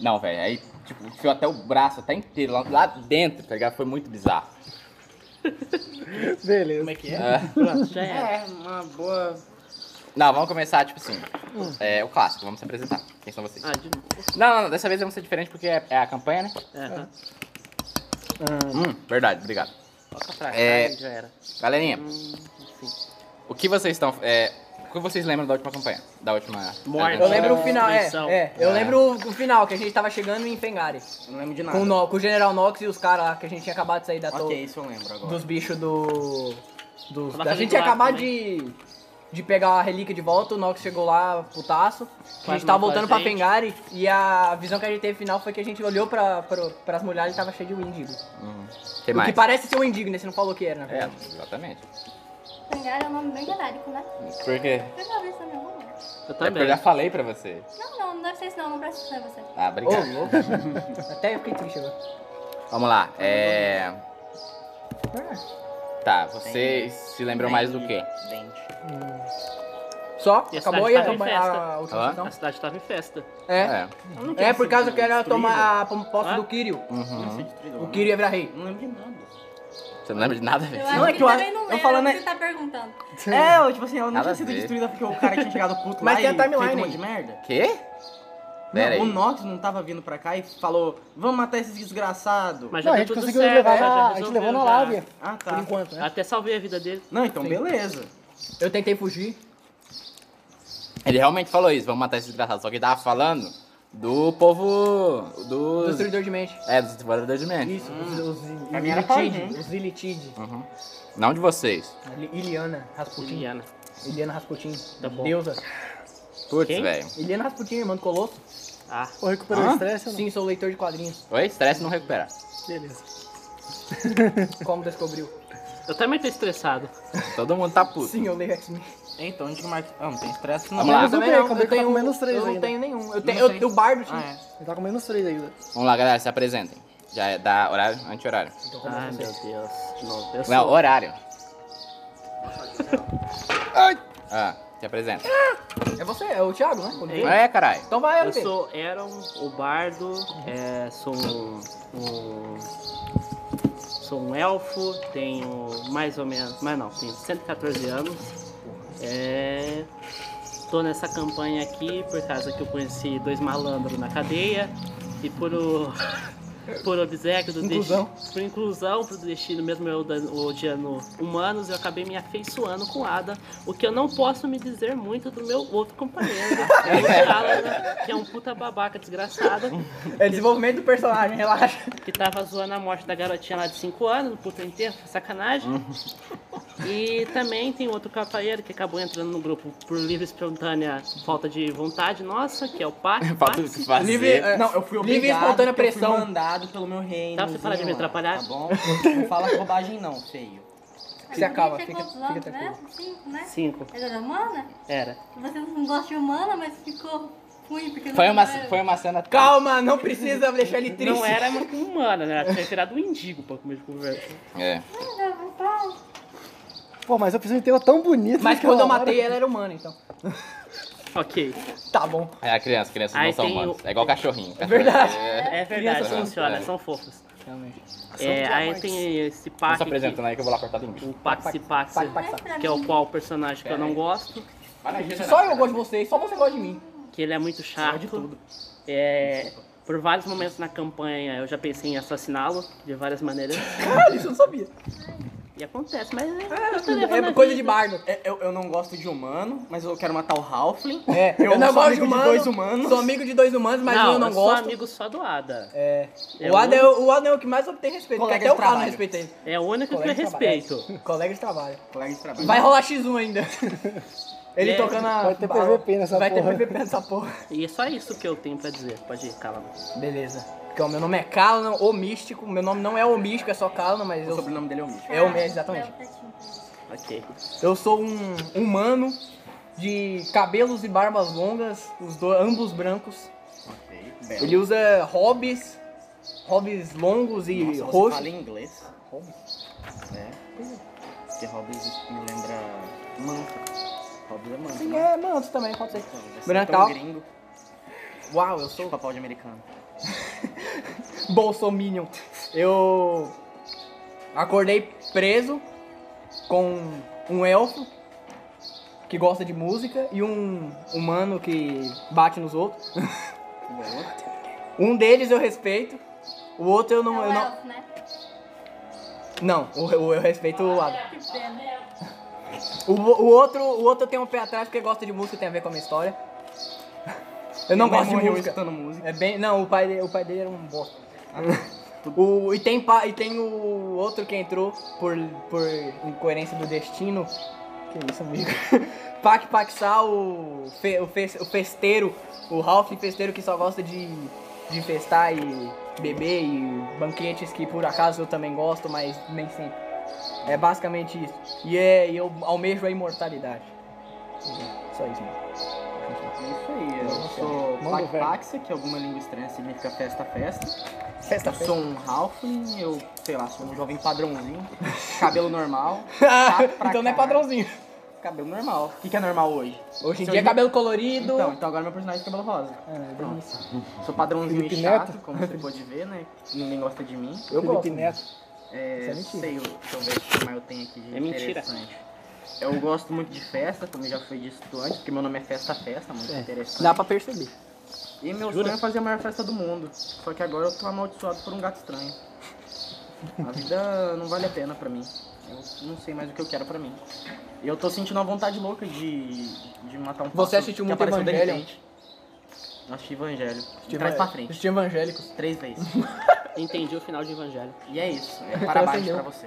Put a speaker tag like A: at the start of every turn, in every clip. A: Não, velho, aí, tipo, enfiou até o braço, até inteiro, lá, lá dentro, tá ligado? Foi muito bizarro.
B: Beleza.
C: Como é que é?
A: É.
C: Pronto, já era.
D: É, uma boa.
A: Não, vamos começar, tipo assim, é o clássico, vamos se apresentar. Quem são vocês?
C: Ah, de novo.
A: Não, não, não, dessa vez vamos ser diferente porque é, é a campanha, né?
C: Aham.
B: Ah,
A: Hum, verdade, obrigado.
C: Toca pra cá
A: É.
C: e já era.
A: Galerinha,
C: Hum, enfim.
A: o que vocês estão... É, o que vocês lembram da última campanha? Da última...
C: Morte.
A: da
E: Eu
A: última-
E: lembro o
C: Ah,
E: final, é,
C: destruição.
E: é. Eu
A: É.
E: lembro o final, que a gente tava chegando em Fengari.
D: Não lembro de nada.
E: Com o, No- com o General Nox e os caras lá, que a gente tinha acabado de sair da
D: Ok,
E: torre.
D: isso eu lembro agora.
E: Dos bichos do... Dos,
C: Tava
E: a gente
C: fazendo
E: tinha
C: lá
E: acabado
C: também.
E: de, de pegar a relíquia de volta, o Nox chegou lá, putaço. a
C: Quase
E: gente tava
C: matou a
E: voltando pra
C: gente.
E: Fengari e a visão que a gente teve final foi que a gente olhou pra, pra, pras mulheres e tava cheio de Windigo.
A: Hum, que
E: O que
A: mais?
E: parece ser um Indigo, né? Você não falou que era, na
A: É,
E: verdade.
A: exatamente.
F: Pangar é um nome bem genérico, né?
A: Por quê?
F: Eu já ouvi esse nome em algum lugar.
C: Eu
A: É porque
C: também.
A: eu já falei pra você.
F: Não, não, não deve ser isso não, não preciso ser você.
A: Ah,
C: É,
E: Ô,
A: obrigado.
E: louco. Até eu fiquei triste agora.
A: Vamos lá, é... Tá, vocês se lembram mais do quê?
D: Dente.
E: Só?
C: E a
E: acabou
C: cidade
E: e a,
C: tava em
E: campanha-
C: festa.
E: a última
A: Hã?
E: sessão?
C: A cidade tava em festa.
E: É. É, por causa que eu era tomar a posse
C: Ah.
E: do Kiryu.
A: Uhum.
D: Uhum.
E: O Kiryu ia virar rei.
D: Não lembro de
A: Você não lembra de nada,
D: nada.
A: velho?
F: Eu acho
E: Não, é
F: que
E: que eu
F: também
E: acho-
F: não
E: eu
F: lembro
E: falando
F: do
E: é-
F: que você tá perguntando.
D: É, eu, tipo assim, eu não
A: Nada a
D: tinha sido
A: ver.
D: destruída porque o cara tinha chegado puto
E: Mas
D: lá
E: tem a
D: e feito
E: timeline
D: um
E: aí.
D: monte de merda.
A: Quê? Pera aí.
D: Não, o Nox não tava vindo pra cá e falou, vamos matar esses desgraçados.
C: Mas já
B: não, a
C: deu
B: gente
C: tá tudo
B: conseguiu
C: certo, né? já-
B: levar
C: já
B: na, a gente
C: resolveu,
B: levou na
C: já.
B: lábia,
D: Ah,
B: por
D: tá.
B: enquanto, né?
C: Até salvei a vida dele.
D: Não, então beleza.
E: Eu tentei fugir.
A: Ele realmente falou isso, vamos matar esse desgraçado. Só que ele tava falando do povo.
E: Do
A: Dos.
E: destruidor de mente.
A: é, dos destruidores de mente.
E: Isso,
B: Hum.
E: os, os,
D: A
E: os
D: minha era pra
E: Ilitid.
B: né?
D: mim.
E: Os Ilitid.
A: Uhum. Não de vocês.
E: a Li- Iliana Rasputin.
C: Juliana.
E: Iliana Rasputin.
C: Tá bom.
E: Deusa.
A: Putz,
C: Quem?
A: velho.
E: Iliana Rasputin, irmã do Colosso.
C: Ah,
B: Ou recuperou
A: Hã?
B: o estresse ou não?
E: Sim, sou leitor de quadrinhos.
A: Oi? Estresse não recuperar.
B: Beleza.
E: Como descobriu?
C: eu também tô estressado.
A: Todo mundo tá puto.
E: Sim, eu leio X-Men.
D: Então, a gente marca... Ah, não tem estresse não.
A: Vamos lá.
E: Eu
B: Mas o
E: também
B: Bacon,
E: não,
B: o
E: eu
B: Bacon tá
E: tenho- um-
B: com menos três
E: Eu não
B: ainda.
E: tenho nenhum. Eu,
D: Não
E: tenho, eu,
D: sei.
E: eu bardo tinha.
D: Ah, é.
B: Ele tá com menos três ainda.
A: Vamos lá, galera, se apresentem. Já é da horário, anti-horário.
E: Então, como
C: Ai,
E: eu sei.
C: meu
B: assim.
C: Deus. De novo. Eu
A: Não,
C: sou...
A: horário. Ah, se apresenta.
E: É você, é o Thiago, né? O dele.
A: É, caralho.
E: Então vai,
C: Eu
E: Oliveira.
C: sou Aaron, o bardo, é, sou um, um- Sou um elfo, tenho mais ou menos. Mas não, tenho 114 anos. É, tô nessa campanha aqui por causa que eu conheci dois malandros na cadeia e por o. Por obséquio do
E: Inclusão.
C: destino. Por inclusão, pro destino, mesmo eu dan- odiando humanos, eu acabei me afeiçoando com Ada, o que eu não posso me dizer muito do meu outro companheiro, que é o Alan, que é um puta babaca desgraçado,
E: É desenvolvimento do personagem, relaxa.
C: que tava zoando a morte da garotinha lá de 5 anos, no puta inteiro, foi sacanagem. E também tem outro companheiro que acabou entrando no grupo por livre e espontânea falta de vontade nossa, que é o Pax.
A: Falta o que fazer.
E: Livre, é,
D: Não, eu fui
E: Livre e
D: obrigado,
E: espontânea
D: porque eu fui
E: pressão.
D: mandado pelo meu reino.
C: Tá, você para de me atrapalhar.
D: Tá bom? Não fala bobagem não, feio.
E: Você acaba,
F: Você
E: fica-
F: quantos
E: fica
F: anos,
E: tranquilo.
F: né? Cinco, né?
C: 5,
F: Ela era humana?
C: era.
F: Você não gosta de humana, mas ficou ruim porque
A: Foi
F: não
A: uma,
F: era.
A: foi uma cena.
E: Calma, não precisa deixar ele triste.
D: é.
C: Não era uma humana, né? Ela tinha tirado um indigo pra comer de conversa.
A: É.
F: Ah, não, tá.
B: Pô, mas eu fiz um enterro tão bonito.
E: Mas
B: naquela
E: quando eu
B: hora.
E: matei ela era humana, então.
C: Ok.
E: Tá bom.
A: É a criança, crianças
C: Aí
A: não são
C: tem
A: humanos.
C: o-
A: É igual cachorrinho. É
E: verdade.
C: É verdade,
A: Crianças
C: funciona,
A: são-
C: são fofos.
E: Realmente.
C: É, aí tem esse
A: Vamos
C: Pax,
A: se apresentando
C: aqui,
A: aí que eu vou lá cortar linguiça.
C: o Pax Pax,
E: Pax, Pax,
F: Mas pra
C: que é o
F: mim,
C: qual personagem que eu
A: Pera
E: É.
C: não
A: aí.
C: gosto,
E: Só eu gosto de você, só você gosta de mim.
C: que ele é muito chato. É, por vários momentos na campanha eu já pensei em assassiná-lo de várias maneiras.
E: Caralho, isso eu não sabia.
C: E acontece, mas é,
E: É coisa de bardo.
D: É, Eu, eu não gosto de humano, mas eu quero matar o Halfling.
E: É, eu,
D: Eu
E: não gosto
D: sou
E: de,
D: amigo de
E: humano,
D: dois humanos.
E: Sou amigo de dois humanos, mas
C: não,
E: eu não
C: eu
E: gosto.
C: sou amigo só do Ada.
E: É.
C: É
E: o, Adam
C: um-
E: é, o Adam é o que mais obtém respeito, porque
D: Colega
E: até o
D: de
E: cara não
D: trabalho.
E: respeita ele.
C: É o único que
E: Colega
C: eu
E: de trabalho,
C: respeito.
E: é. Colega de trabalho.
D: Colega de trabalho.
E: Vai rolar X1 ainda. Ele
C: É.
E: tocando a.
B: Vai ter PVP nessa
E: Vai
B: porra.
E: ter PVP nessa porra.
C: E é só isso que eu tenho pra dizer. Pode ir, cala. a boca.
E: Beleza. Então, meu nome é Calan, o Místico. Meu nome não é o Místico, é só Calan, mas
D: O
E: eu.
D: sobrenome dele é o Mitch.
E: É o mesmo, exatamente.
F: Não, tá tinta.
C: Ok.
E: Eu sou um humano de cabelos e barbas longas, os do, ambos brancos.
D: Ok, belo.
E: Ele usa hobbies, hobbies longos e
D: Nossa, você
E: roxos.
D: fala em inglês? Hobbes? É. Porque Hobbes me lembra manta. Hobbes é manta.
E: Sim,
D: né?
E: é manto também, pode ser.
D: Então, deve ser
E: Brancal.
D: tão gringo,
E: Uau, eu sou.
D: tipo papel de americano.
E: Bolsominion. Eu acordei preso com um elfo que gosta de música e um humano que bate nos outros. Um deles eu respeito, o outro eu
F: É
E: não.
F: o
E: Eu não,
F: elfo, né?
E: não o, o eu respeito o lado.
F: Que pena.
E: O, o outro, o outro tem um pé atrás porque gosta de música, tem a ver com a minha história. Eu não gosto de música.
D: escutando música.
E: É bem, não, o pai dele, o pai dele era um bosta. o, e tem pa, e tem o outro que entrou por por incoerência do destino. Que isso, amigo? Pac Paxal, o, fe, o, fe, o festeiro, o Ralph festeiro que só gosta de, de festar e beber e banquetes que por acaso eu também gosto, mas nem sempre. É basicamente isso. E é, e eu almejo a imortalidade. Só isso, mano.
D: É isso aí, eu sou
B: Manda,
D: Pac
B: velho.
D: Paxa, que alguma língua estranha significa festa, festa.
E: Festa,
D: Eu
E: festa.
D: sou um Halfling, eu, sei lá, sou um jovem padrãozinho, cabelo normal, chato pra
E: então não é
D: caralho,
E: padrãozinho.
D: Cabelo normal. O que, que é normal hoje?
E: Hoje em
D: Se
E: dia
D: eu-
E: é cabelo colorido.
D: Então, então agora meu personagem é cabelo rosa. Pronto. Sou padrãozinho
B: Felipe
D: chato,
B: Neto.
D: como você pode ver, né? Ninguém gosta de mim.
E: eu
B: Felipe
E: gosto.
B: Neto.
D: É,
B: Isso é
D: sei, eu- deixa eu ver o que mais eu tenho aqui de
C: É mentira.
D: interessante. Eu gosto muito de festa, como já foi dito antes, porque meu nome é Festa Festa, muito interessante.
E: Dá pra perceber.
D: E meu sonho é fazer a maior festa do mundo. Só que agora eu tô amaldiçoado por um gato estranho. A vida não vale a pena pra mim. Eu não sei mais o que eu quero pra mim. E eu tô sentindo uma vontade louca de, de matar um pássaro
E: assistiu
D: que
E: muito
D: apareceu de
E: Evangelion?
D: repente. Eu Assisti Evangelho. De trás pra frente.
E: Os evangélicos.
D: Três vezes.
C: Entendi o final de Evangelho.
D: E é isso.
E: Então
D: É para baixo
E: Transcendeu.
D: pra você.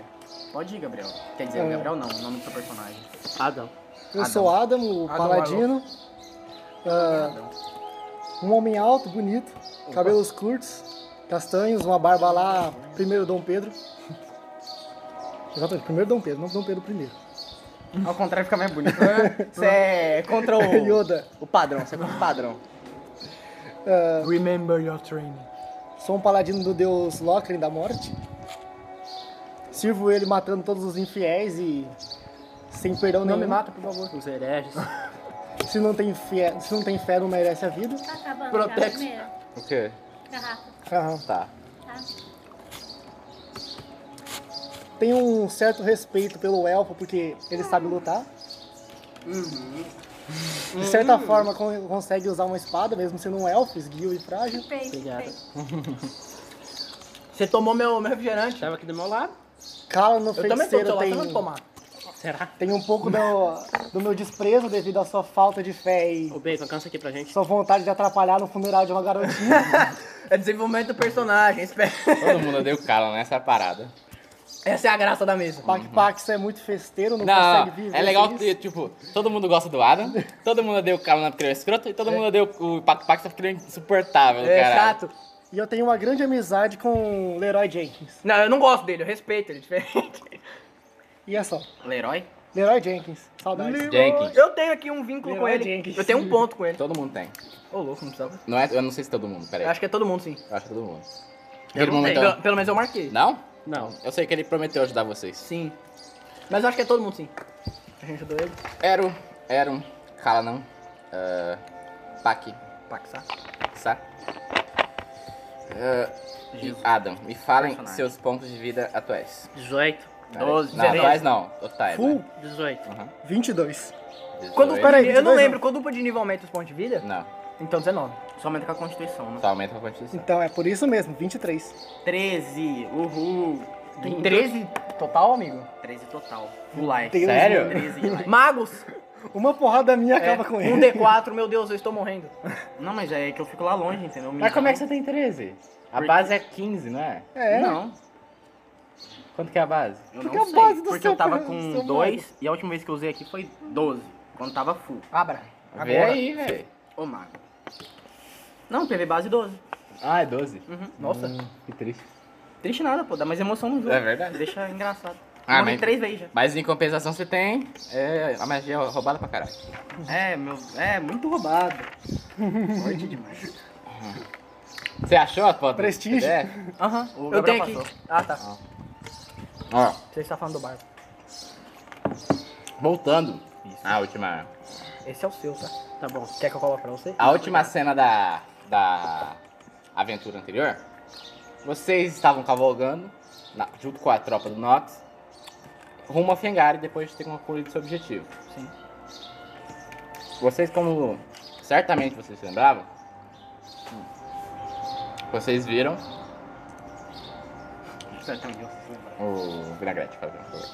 D: Pode ir, Gabriel. Quer dizer,
B: É.
D: Gabriel não, o nome do seu personagem.
C: Adão.
B: Eu sou Adam, o
E: Adam
B: paladino. Ah, um homem alto, bonito, cabelos curtos, castanhos, uma barba lá, primeiro Dom Pedro. Exatamente, primeiro Dom Pedro, não Dom Pedro primeiro.
D: Ao contrário, fica mais bonito.
E: Você é contra o,
B: Yoda,
E: o padrão, você é contra o padrão. Remember your training.
B: sou um paladino do deus Locrin da morte. Sirvo ele matando todos os infiéis e sem perdão
E: Não me
B: nenhum.
E: mata, por favor.
C: Os hereges.
B: Se não tem fé, se não tem fé não merece a vida.
F: Tá acabando já a
E: Protex.
F: primeira
A: O quê?
F: garrafa,
B: Aham.
A: Tá.
F: tá?
B: Tenho um certo respeito pelo elfo porque ele sabe lutar.
E: Uhum.
B: De certa forma con- consegue usar uma espada, mesmo sendo um elfo, esguio e frágil.
F: Fez,
C: Obrigado.
F: fez.
E: Você tomou meu, meu refrigerante.
C: Estava aqui do meu lado.
B: Cala no
E: Eu também tô do
B: feiticeiro
E: seu lado,
B: tem,
E: você vai tomar.
C: Será?
B: tem um pouco do, do meu desprezo devido à sua falta de fé
C: Ô,
B: e
C: Bacon, cansa aqui pra gente.
B: sua vontade de atrapalhar no funeral de uma garotinha.
E: É desenvolvimento do personagem, é espera.
A: Todo mundo odeia o né? Cala nessa parada.
E: Essa é a graça da mesa.
B: Pac Pax é muito festeiro, não,
A: Não,
B: consegue viver.
A: é legal
B: sem
A: que, tipo, todo mundo gosta do Adam, todo mundo odeia o Cala porque ele é escroto, e todo mundo odeia o Pac Pac porque ele é insuportável,
E: É
A: cara.
E: chato.
B: isso. E eu tenho uma grande amizade com Leroy Jenkins.
E: Não, eu não gosto dele, eu respeito ele, é diferente.
B: E é só.
D: Leroy?
B: Leroy Jenkins, saudades.
A: Jenkins.
E: Eu tenho aqui um vínculo com
B: Leroy
E: ele.
B: Jenkins.
E: Eu tenho um ponto com ele.
A: Todo mundo tem.
E: Ô, louco, não precisava.
A: Não é, eu não sei se todo mundo, peraí.
E: Eu acho que é todo mundo, sim.
A: Eu acho que todo mundo.
E: Eu
A: Aquele
E: não
A: momento. é um.
E: tenho. Pelo, pelo menos eu marquei.
A: Não?
C: Não.
A: Eu sei que ele prometeu ajudar vocês.
E: Sim. Mas eu acho que é todo mundo, sim. A gente ajudou ele.
A: Ero, Ero, Cala não. ah, Pac,
E: Paxar.
A: Sa. Ah, e Adam, me falem
D: Personagem.
A: seus pontos de vida atuais.
C: 18.
E: Tá.
A: Peraí.
D: 12,
A: Não,
D: 13.
A: atuais não. Totais.
B: Full
A: né?
C: 18.
A: Uhum.
B: 22.
E: Quando,
A: 18.
E: peraí, eu não
B: 22 não.
E: lembro, quando o de nível aumenta os pontos de vida?
A: Não,
E: Então 19.
D: Só aumenta com a Constituição, né?
A: só aumenta a quantidade.
B: Então é por isso mesmo, 23.
D: 13, uhul.
E: Tem 13 total, amigo?
D: 13 total. Full life.
B: Deus
A: Sério?
D: 13 life.
E: Magos!
B: Uma porrada minha
E: É,
B: acaba com ele.
E: um D4, meu Deus, eu estou morrendo.
D: Não, mas é que eu fico lá longe, entendeu?
A: Mas como é que você tem 13? A
D: Por-
A: base é 15, não é?
B: É,
D: Não,
A: Quanto que é a base?
D: eu
B: Porque
D: não
B: a
D: sei.
B: base do
D: porque
B: seu
D: eu tava
B: per- do seu
D: com 2 e a última vez que eu usei aqui foi 12. Quando tava full.
E: Abra.
A: Vê
E: Agora.
A: aí, velho.
D: Ô, mago. Não, PV base 12.
A: Ah, é 12.
E: Nossa.
A: Hum, que triste.
D: Triste nada, pô. Dá mais emoção no jogo.
A: É verdade.
D: Deixa engraçado.
A: Ah,
D: Morri
A: mas-
D: três vezes já.
A: Mas em compensação você tem é, a magia roubada pra caralho.
D: É, meu... É, muito roubado. Forte demais.
A: Você achou a foto? do
B: Prestígio.
A: PDF?
E: Aham.
D: O
E: Eu tenho
D: Gabriel
E: aqui. Ah, tá.
A: Ó,
E: Você está falando do barco.
A: voltando à última,
E: Esse é o seu, tá? Tá bom. Quer que eu coloque pra você?
A: a última cena da, da aventura anterior. Vocês estavam cavalgando, na- junto com a tropa do Nox, rumo a Fengari depois de ter concluído seu objetivo.
E: Sim.
A: Vocês, como certamente vocês se lembravam, vocês viram
D: Certamente eu vou lembrar.
A: o vinagrete fazendo por favor.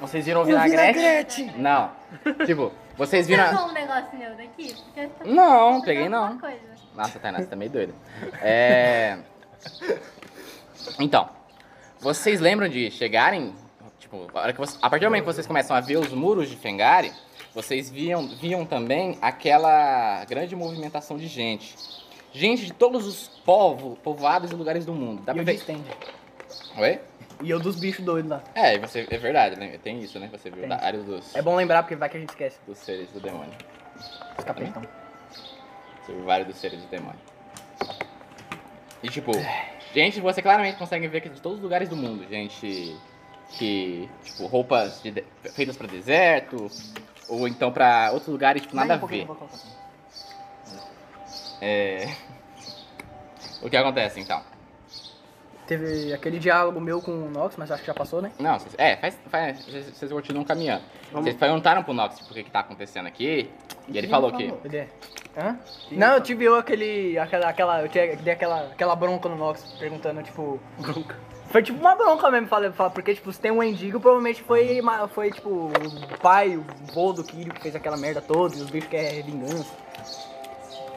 E: Vocês viram o
B: Vinagrete?
E: vinagrete?
A: Não, tipo, vocês
F: Você
A: viram.
F: pegou
A: a-
F: um negócio meu daqui? Porque eu tô-
A: Não,
F: tô
A: peguei
F: fazendo alguma
A: não.
F: coisa.
A: Nossa, Tainá, você tá meio doida. É. Então, vocês lembram de chegarem? Tipo, a, hora que você- a partir do momento que vocês começam a ver os muros de Fengari, vocês viam, viam também aquela grande movimentação de gente. Gente de todos os povo, povoados e lugares do mundo. Dá
E: E
A: pra
E: eu
A: ver.
E: disse, "Tem".
A: Oi?
E: E eu dos bichos doidos lá.
A: É, e você, é verdade, né? tem isso, né? Você viu
E: Tem.
A: da área dos,
E: É bom lembrar porque vai que a gente esquece
A: dos seres do demônio.
E: os capetão.
A: Você viu vários dos seres do demônio. E tipo, gente, você claramente consegue ver que de todos os lugares do mundo, gente que, tipo, roupas de de- feitas pra deserto, ou então pra outros lugares, tipo, nada a ver. É... O que acontece então?
E: Teve aquele diálogo meu com o Nox, mas acho que já passou, né?
A: Não, vocês, é, faz, faz- vocês, vocês continuam caminhando.
D: Vamos.
A: Vocês perguntaram pro Nox por que que tá acontecendo aqui, e ele falou que...
E: Cadê? é. Hã? Não, eu tive eu aquele. aquela. aquela eu tinha, dei aquela, aquela bronca no Nox, perguntando, tipo.
D: Bronca.
E: Foi tipo uma bronca mesmo, falei, falei, porque, tipo, se tem um Endigo, provavelmente foi, ma- foi tipo, o pai, o vô do Kirio que fez aquela merda toda, e os bichos que é vingança.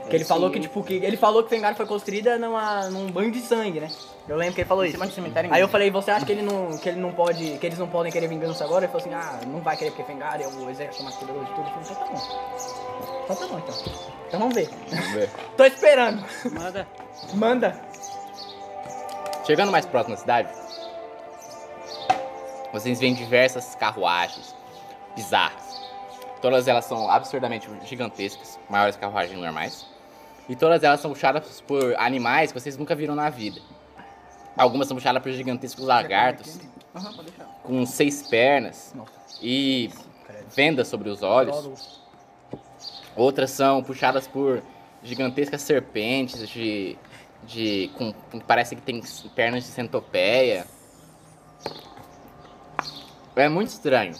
E: Que ele
D: É,
E: falou que, tipo, que. Ele falou que Fengari foi construída numa, num banho de sangue, né? Eu lembro que ele falou isso.
D: cima de cemitério
E: Aí eu falei, você acha que ele não. que ele não pode. que eles não podem querer vingança agora? Ele falou assim, ah, não vai querer porque Fengari é o exército mais poderoso de tudo. Eu falei, então tá bom. Então tá bom então. Então vamos ver.
A: Vamos ver.
E: Tô esperando.
C: Manda.
E: Manda.
A: Chegando mais próximo da cidade, vocês veem diversas carruagens bizarras. Todas elas são absurdamente gigantescas, maiores que carruagens normais. E todas elas são puxadas por animais que vocês nunca viram na vida. Algumas são puxadas por gigantescos lagartos,
D: Aham, pode deixar.
A: com seis pernas e vendas sobre os olhos. Outras são puxadas por gigantescas serpentes de. de. Com, com- parece que tem s- pernas de centopeia. É muito estranho.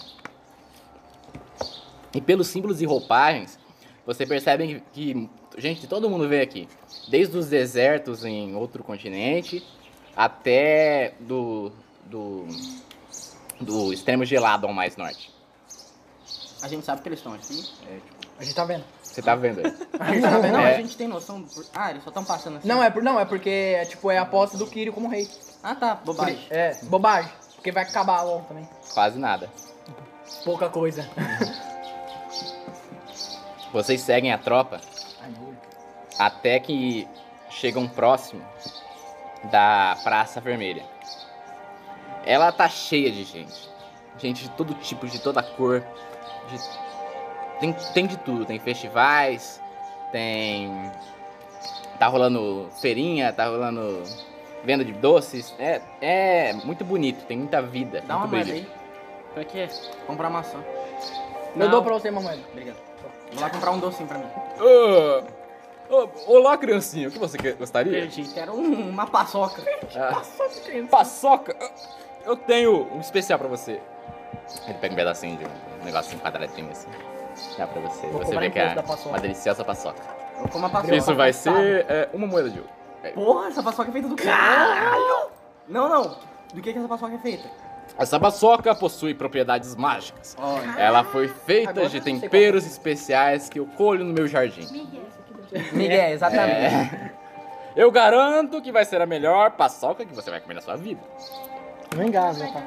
A: E pelos símbolos e roupagens, você percebe que, que gente, todo mundo veio aqui. Desde os desertos em outro continente até do. do. do extremo gelado ao mais norte.
D: A gente sabe que eles estão aqui.
E: A gente tá vendo.
A: Você tá vendo aí?
D: Não,
A: É.
D: a gente tem noção. do por- Ah, eles só estão passando assim.
E: Ah, Não, é, por, não, é porque é, tipo, é a aposta do Kirio como rei.
D: Ah, tá,
E: Por-
D: bobagem.
E: é, bobagem. Porque vai acabar logo também.
A: Quase nada.
E: Pouca coisa.
A: Vocês seguem a tropa até que chegam próximo da Praça Vermelha. Ela tá cheia de gente. Gente de todo tipo, de toda cor. de- Tem, tem de tudo. Tem festivais, tem. Tá rolando feirinha, tá rolando venda de doces. É, é muito bonito, tem muita vida.
D: Dá uma
A: muito
D: moeda
A: brilho.
D: aí.
C: Pra quê?
D: Comprar maçã.
E: Eu
C: Não.
E: dou pra você, mamãe.
D: Obrigado. Vou lá comprar um docinho pra mim.
A: olá, criancinha, o que você gostaria?
C: Perdi.
D: Quero um- uma paçoca.
A: Paçoca? Eu tenho um especial pra você. Ele pega um pedacinho de um negocinho quadradinho assim. Dá pra você.
E: Vou
A: você
E: cobrar
A: vê que é
E: imposto da paçoca.
A: uma deliciosa paçoca.
D: Eu como a paçoca.
A: é, uma moeda de ouro.
D: Porra, essa paçoca é feita do caralho! Não, não. Do que, que essa paçoca é feita?
A: Essa paçoca possui propriedades mágicas.
D: Olha.
A: Ela foi feita
E: Agora
A: de
E: eu não sei qual é.
A: temperos especiais que eu colho no meu jardim.
F: Miguel.
E: Miguel, exatamente.
A: É. Eu garanto que vai ser a melhor paçoca que você vai comer na sua vida.
B: Não engasga, tá?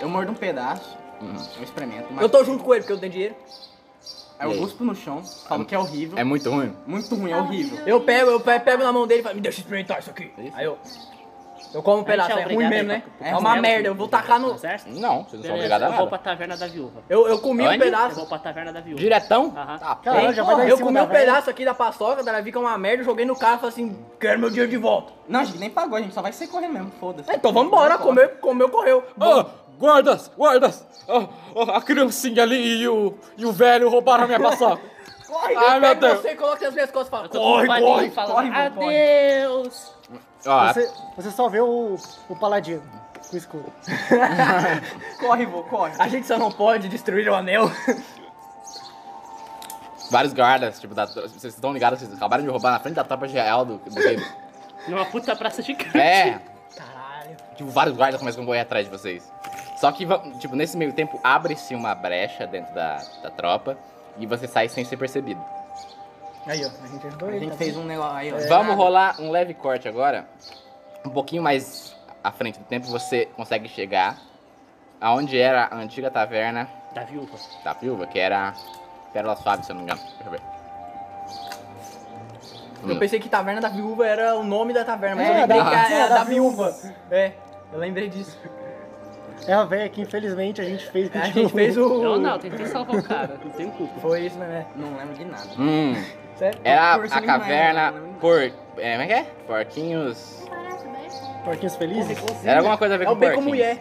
D: Eu mordo um pedaço,
A: Uhum.
D: eu experimento, mas
E: Eu tô junto com ele porque eu tenho dinheiro.
D: aí
A: E
D: eu
A: aí?
D: cuspo no chão, falo que é horrível.
A: É muito ruim.
D: Muito ruim, é horrível.
E: Eu pego, eu pe- pego na mão dele e falo, me deixa experimentar É isso aqui.
A: Isso.
E: Aí eu. Eu como um pedaço, é ruim
C: obrigado
E: mesmo,
C: aí
E: né?
C: pra-
E: É uma
C: pra-
E: merda, eu vou tacar no.
C: Exército?
A: Não, vocês não são
C: Beleza,
A: obrigados a
C: eu vou pra
A: nada.
C: taverna da viúva.
E: Eu, eu comi um
A: Onde?
C: Eu
E: pedaço.
C: vou pra taverna da viúva.
A: Diretão?
C: Aham.
A: Tá,
B: Caralho,
A: bem.
B: já vai dar em
E: Eu
B: cima
E: comi
B: da
E: um
B: velha.
E: pedaço aqui da paçoca, da vi que é uma merda, joguei no carro e falei assim, quero meu dinheiro de volta.
D: Não, a gente nem pagou, a gente só vai sair correndo mesmo, foda-se.
E: Então vambora, comeu, comeu, correu.
G: Ah, guardas, guardas! Ah, ah, a criancinha ali e o, e o velho roubaram a minha paçoca.
E: Corre,
A: Ai, meu
E: eu pego
A: Deus.
E: você e coloco nas minhas costas e falo,
C: Corre, corre,
D: corre, meu pai.
C: Adeus!
A: Ó,
B: Você, você só vê o, o paladino com o escudo.
E: corre, vô, corre. A gente só não pode destruir o anel.
A: vários guardas, tipo, da, vocês estão ligados, vocês acabaram de roubar na frente da tropa real do, do reino.
C: Numa puta praça gigante.
A: É,
E: Caralho.
A: tipo, vários guardas começam a correr atrás de vocês. Só que, va- tipo, nesse meio tempo, abre-se uma brecha dentro da, da tropa e você sai sem ser percebido.
E: Aí, ó, a gente
B: é
E: ajudou
D: A
E: ele.
D: gente
E: tá
D: fez um negócio aí, ó.
A: Vamos rolar um leve corte agora. Um pouquinho mais à frente do tempo, você consegue chegar aonde era a antiga taverna
C: Da viúva.
A: da viúva, que era Pérola Suave, se eu não me engano. Deixa eu ver. Hum.
E: vendo? Eu pensei que Taverna da Viúva era o nome da taverna, mas
B: É,
E: eu lembrei
A: da-
E: que era
B: é,
E: era
B: da
E: da, viúva. É, eu lembrei disso. É,
B: É a velha que infelizmente a gente fez.
E: A gente fez o...
C: Eu não, tentei salvar o cara, não tenho culpa.
E: Foi isso, né? é um
D: Não lembro de nada.
A: Hum,
E: Sério?
A: era
D: Porco
A: a
D: não
A: caverna
D: lembra, não
A: por. É, como é que é? Porquinhos.
F: Parece bem.
B: Porquinhos felizes.
A: Era alguma coisa a ver
E: É
A: com
E: o Beco
A: porquinhos.
E: Mulher.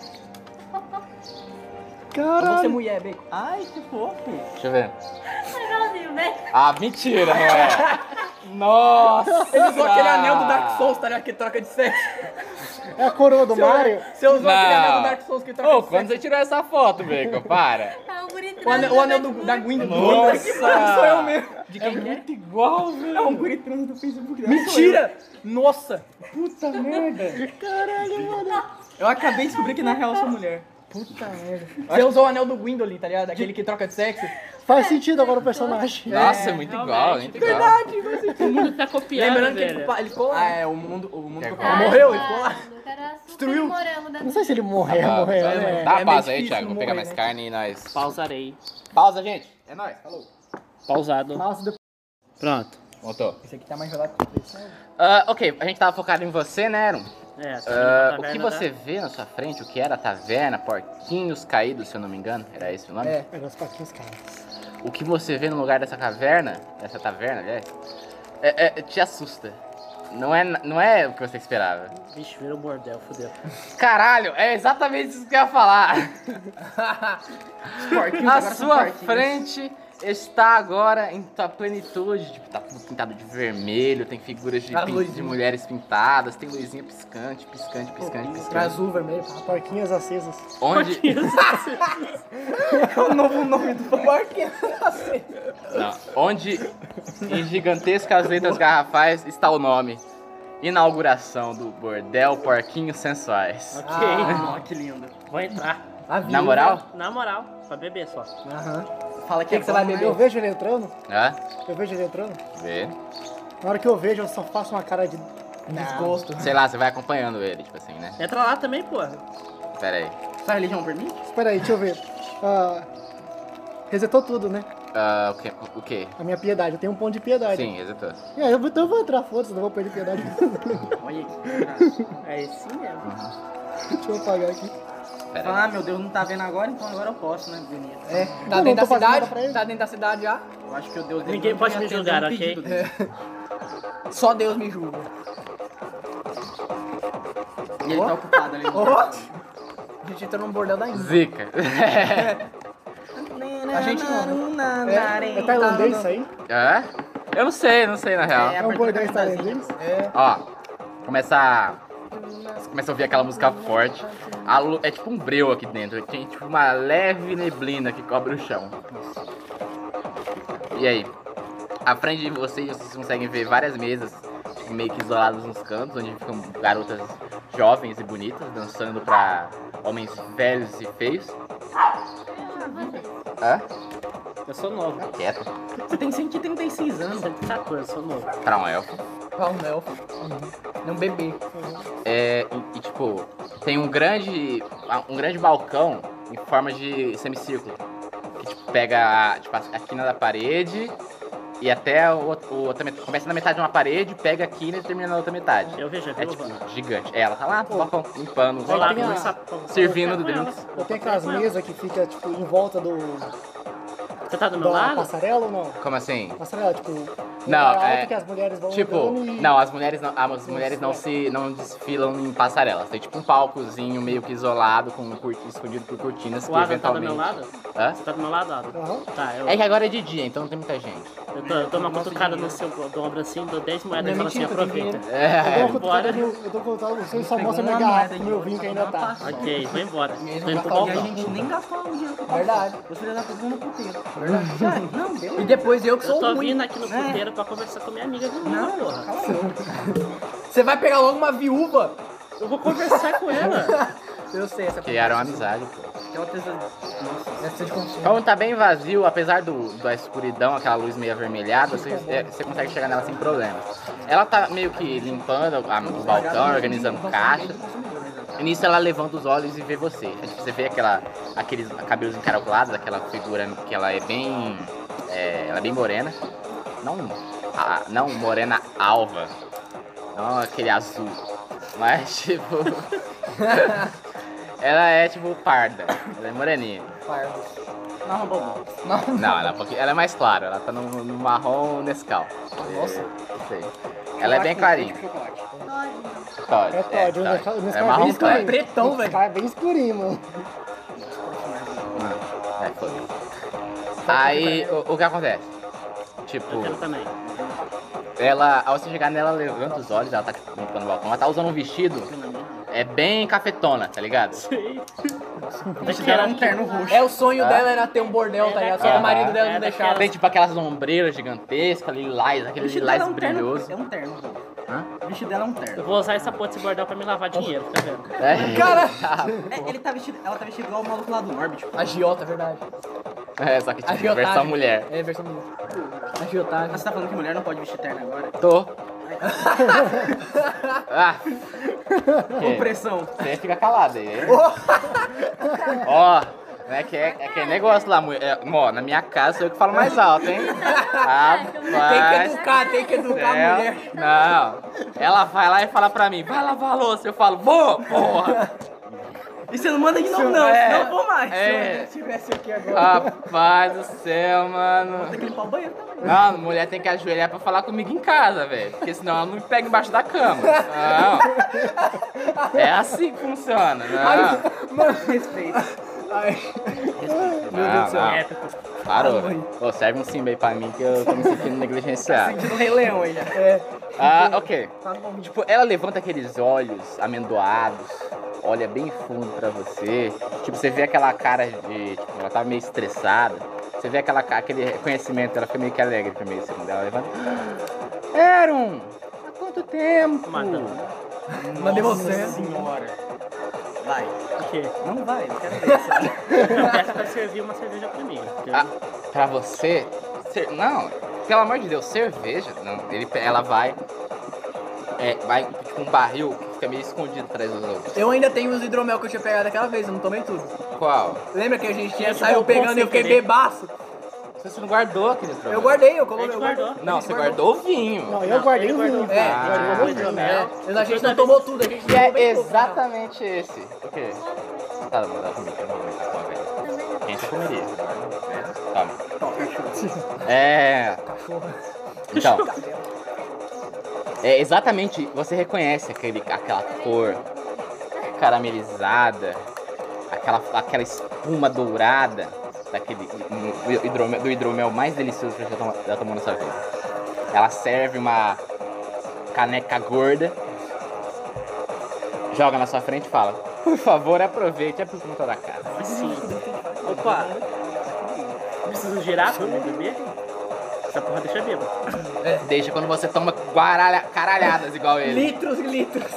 B: Caralho.
E: Você mulher, Beco. Ai, que fofo.
A: Deixa eu ver.
F: Legalzinho, né?
A: Ah, mentira, não é? Nossa!
E: Ele usou aquele anel do Dark Souls, tá ligado? Que troca de sexo.
B: É a coroa do Mario.
E: Você usou aquele
A: Não.
E: anel do Dark Souls que troca
A: Ô,
E: de
A: quando
E: sexo.
A: você tirou essa foto, Beco? Para!
F: Tá um bonito.
E: O anel, o anel do, da Gwen. Puta que pariu, sou eu mesmo.
A: De quem é muito igual, velho.
E: É um guri trans do Facebook. Mentira! Nossa!
D: Puta merda.
E: Eu acabei de descobrir que na real eu sou mulher.
B: Puta merda.
E: Você usou o anel do Gwendolyn, tá ligado? Aquele que troca de sexo.
B: Faz sentido agora o personagem.
A: Nossa, é muito
C: realmente,
A: igual, muito igual.
E: Verdade, vai ser.
C: O mundo tá copiando,
E: Lembrando que ele
C: velho.
E: ficou, ele ficou lá. Ah, é, o mundo, o mundo
A: É
E: ficou
A: igual.
E: lá. Morreu e ficou lá. Destruiu.
F: Destruiu.
B: Não sei se ele morreu,
A: Tá bom,
B: morreu.
A: vai,
B: né?
A: Dá
E: É
A: uma pausa
E: meio
A: aí,
E: difícil
A: Thiago. Vou
E: morrer,
A: pegar mais
E: né?
A: carne e nós.
C: Pausarei.
A: Pausa, gente. É nóis. Falou.
C: Pausado.
B: Nossa, depois-
C: Pronto.
A: Voltou.
E: Esse aqui tá mais gelado que o preço.
A: Ah, ok, a gente tava focado em você, né,
E: um
A: Eron? Ah,
C: É, tá indo pra
A: o que
C: taverna,
A: você vê na sua frente, o que era a taverna, porquinhos caídos, se eu não me engano, era esse o nome?
E: É.
B: Agora os patinhos caem.
A: O que você vê no lugar dessa caverna, dessa taverna, aliás, é, é- te assusta. Não é, não é o que você esperava.
C: Tá? Vixe, virou bordel, fodeu.
A: Caralho, é exatamente isso que eu ia falar. A sua frente está agora em sua plenitude, tipo, tá tudo pintado de vermelho, tem figuras de,
C: Tá
E: As
A: pin-
E: luzinhas.
A: de mulheres pintadas, tem luzinha piscante, piscante, piscante, piscante.
C: um
E: Azul, vermelho.
B: Porquinhas acesas.
A: Onde,
E: É o novo nome do parque.
A: Não, onde em gigantescas letras garrafais está o nome. Inauguração do Bordel Porquinhos Sensuais.
C: Ok.
E: Ah, que lindo.
C: Vou entrar.
E: A viúva.
A: Na moral?
C: Na moral, pra beber só.
E: Aham. Fala que,
D: Que
E: é
D: que
E: você vai
D: bom, né?
E: beber.
B: Eu vejo ele entrando.
A: Hã?
C: né?
B: Eu vejo ele entrando.
A: Vê.
B: Na hora que eu vejo, eu só faço uma cara de desgosto.
A: Sei lá, você vai acompanhando ele, tipo assim, né?
C: Entra lá também, pô.
A: Pera aí.
D: Sua religião permite?
B: Espera aí, deixa eu ver. Ah, resetou tudo, né?
A: Ah, o quê? O quê?
B: A minha piedade. Eu tenho um ponto de piedade.
A: Sim, exatou.
B: E aí, eu vou- então eu vou entrar, foda-se, não vou perder piedade.
D: é. Olha aqui.
C: É esse mesmo.
B: deixa eu apagar aqui.
A: Pera aí.
D: Ah, meu Deus, não tá vendo agora? Então agora eu posso, né? Bonito.
E: É,
B: não
E: tá dentro da
B: tô fazendo nada pra ele.
E: cidade. Tá dentro da cidade já.
D: Eu acho que eu Deus
C: Ninguém pode me julgar, ok?
E: Só Deus me julga.
D: E ele tá ocupado ali.
E: Ó. A gente entrou num bordel da Índia.
A: Zica.
E: A gente não.
D: Tá,
B: É, é tailandês isso aí?
A: Hã? Eu não sei, não sei na real.
B: É um
A: tá,
B: bordel tailandês?
E: É.
A: Ó, começa a... você Começa a ouvir aquela música forte. A lu- É tipo um breu aqui dentro. Tem tipo uma leve neblina que cobre o chão. E aí? À frente de vocês, vocês conseguem ver várias mesas tipo, meio que isoladas nos cantos, onde ficam garotas jovens e bonitas dançando pra homens velhos e feios. Hã?
C: Eu sou novo.
A: Quieto.
D: Você tem 136 anos.
C: 114, sou novo.
A: Pra um elfo.
E: Pra um elfo. Não um bebê.
A: É, e, e, tipo, tem um grande. Um grande balcão em forma de semicírculo. Que tipo, pega a, tipo, a a quina da parede e até o, outro- o outra metade. Começa na metade de uma parede, pega a quina e termina na outra metade.
C: Eu vejo a
A: É
C: viúva.
A: tipo gigante. Ela tá lá no balcão, limpando,
C: Uhum.
A: Tipo,
C: Vou lá,
B: tem
C: vou
B: a-
C: no sapão.
A: servindo
C: Vou
A: drinks.
C: com ela.
B: Eu tenho aquelas
C: Vou com
B: mesas que fica, tipo, em volta do...
C: ela. Você tá do meu
B: da
C: lado?
B: passarela ou não?
A: Como assim?
B: Passarela, tipo,
A: Não,
B: lugar alto
A: é-
B: que as mulheres vão
A: Tipo,
B: andando e-
A: não, as mulheres não, as mulheres não se não desfilam em passarelas. Tem tipo um palcozinho meio que isolado, com cur- escondido por cortinas
C: O
A: que
C: Adam tá do
A: eventualmente.
C: meu lado?
A: Hã?
C: Você tá do meu lado, Adam?
B: Aham.
C: Tá, eu,
A: É que agora é de dia, então não tem muita gente.
C: eu, tô, eu dou uma cutucada no seu do ombro assim, dou 10 moedas e falo assim,
E: mentira, tem
C: aproveita.
A: É.
B: Eu tô
C: Bora.
B: contando, no- eu tô contando, vocês só
D: Pegou
B: mostram
D: uma
B: minha garrafa,
D: moeda
B: o
D: de
B: meu
D: ouro,
B: vinho que
D: só
B: ainda
D: deu uma
B: tá.
D: passada.
C: Ok, vou embora. Tô indo pro
D: E a
C: balcão.
D: gente nem gastou o dinheiro.
E: Tá Verdade.
D: Os filhos da puta vão no puteiro. Verdade. Já, não, deu.
E: E depois eu que
C: Eu
E: sou
C: tô
E: ruim.
C: vindo aqui no puteiro pra conversar com minha amiga de novo,
D: Não,
C: porra.
D: cala a boca.
E: Você vai pegar logo uma viúva.
C: Eu vou conversar com ela.
E: Eu sei, essa
A: Criaram uma amizade, pô.
D: Aquela pesadinha.
E: Essa de consumo.
A: Como tá bem vazio, apesar do, da escuridão, aquela luz meio avermelhada, você, é, você consegue chegar nela sem problema. Ela tá meio que limpando a, o balcão, organizando caixas. E nisso ela levanta os olhos e vê você. É tipo, Você vê aquela, aqueles cabelos encaracolhados, aquela figura que ela é bem. é, ela é bem morena. Não, a- não morena alva. Não aquele azul. Mas tipo. ela é tipo parda. Ela é moreninha.
D: Não, roubou bom.
A: Não, ela é, um pouquinho- ela é mais clara, ela tá no, no marrom Nescau. Nossa. Ela é bem clarinha. Todd.
B: É Todd, o Nescau- o
A: É,
B: Nescau é
A: marrom
B: bem
A: claro.
B: escurinho.
E: Pretão,
B: Esse
E: velho.
B: cara é bem escurinho, mano.
A: É, foda-se. Aí, o, o que acontece?
C: Eu
A: Tipo,
C: quero também.
A: ela, ao você chegar nela, ela levanta os olhos, ela tá tipo, limpando o balcão, ela tá usando um vestido, é bem cafetona, tá ligado?
C: Acho que era um terno
E: É o sonho
A: Ah.
E: dela era ter um bordel, tá ligado? Só que
A: Ah.
E: o marido dela não
C: Era
E: deixava.
A: Tem tipo aquelas ombreiras gigantescas, lilás, aquele
D: Vestido dela
A: lilás
D: é um
A: brilhoso.
D: terno. É um terno, roubou.
A: Hã?
D: O vestido dela é um
C: Eu
D: terno.
C: vou usar essa porra desse bordel pra me lavar dinheiro, tá vendo?
A: É.
D: É, ele tá vestido, ela tá vestida igual o maluco lá do Orbit.
E: A Giota, verdade.
A: É, só que
E: A
A: tipo,
E: Giotagem.
A: versão mulher.
E: É, versão mulher. A Giotagem.
D: Mas você tá falando que mulher não pode vestir terno agora?
A: Tô. ah. Que?
D: Opressão.
A: Você fica calado aí. hein? Ó, né, que é, é que é negócio lá. mu- É, ó, na minha casa sou eu que falo mais alto, hein?
E: Tem que
A: Rapaz.
E: educar, tem que educar a
A: céu.
E: mulher.
A: Não. Ela vai lá e fala pra mim, vai lavar a louça. Eu falo, vou, porra.
D: E você não manda de novo, não.
A: É.
D: Senão eu vou mais.
A: É.
D: Se eu tivesse aqui agora,
A: Rapaz do céu, mano.
D: tem que limpar o banheiro também.
A: Não, mulher tem que ajoelhar pra falar comigo em casa, velho. Porque senão ela não me pega embaixo da cama. Não. É assim que funciona. Não.
D: Respeito.
A: Meu Deus do céu.
C: É, tá
A: Parou. Pô, serve um simba aí pra mim que eu tô me sentindo negligenciado.
D: Sentido Rei Leão aí, né? já.
A: Ah, ok.
D: Faz bom
A: Tipo, ela levanta aqueles olhos amendoados, olha bem fundo pra você. Tipo, você vê aquela cara de. Tipo, ela tá meio estressada. Você vê aquela, ca- aquele reconhecimento, ela fica meio que alegre primeiro, segundo. Ela levanta. Eron! Há quanto tempo?
C: Mata.
E: Mandei você.
D: senhora. Vai.
C: O quê?
D: Não vai, eu quero ver. sabe?
C: Eu peço pra servir uma cerveja pra mim. porque
A: Ah, pra você? Cer- não, pelo amor de Deus, cerveja? Não, ele, ela vai. É, vai com um barril que fica meio escondido atrás dos outros.
E: Eu ainda tenho os hidromel que eu tinha pegado aquela vez, eu não tomei tudo.
A: Qual?
E: Lembra que a gente
C: Eu
E: tinha saiu
C: vou
E: pegando e eu
C: sem
E: fiquei
C: querer.
E: bebaço?
A: Você não guardou aquele problema.
E: Eu guardei, eu
C: A
E: coloquei.
C: gente
E: eu
C: guardou.
E: guardei.
A: Não, você guardou o vinho.
B: Não,
C: Não,
B: eu
C: ele
B: guardei o
C: guardou né?
B: vinho.
E: É,
C: o
B: Eu guardei o
A: Ah.
B: vinho.
C: Guardou o hidromel.
E: É, a gente não tomou tudo, a gente
A: Que
E: não
A: é
E: aproveitou, cara.
A: exatamente esse. O quê? Tá, não, dá comigo, eu não vou comer com a velha. Quem você comeria? Tá. Toma. É. Então. É exatamente. Você reconhece aquele, aquela cor caramelizada, aquela, aquela espuma dourada daquele do hidromel, do hidromel mais delicioso que você já tomou, já tomou na sua vida. Ela serve uma caneca gorda, joga na sua frente e fala: Por favor, aproveite, é por conta da casa.
C: Sim. Opa! Preciso girar pra me beber? Essa porra deixa bêbado.
A: Deixa quando você toma guaralha, caralhadas igual ele.
E: Litros e litros.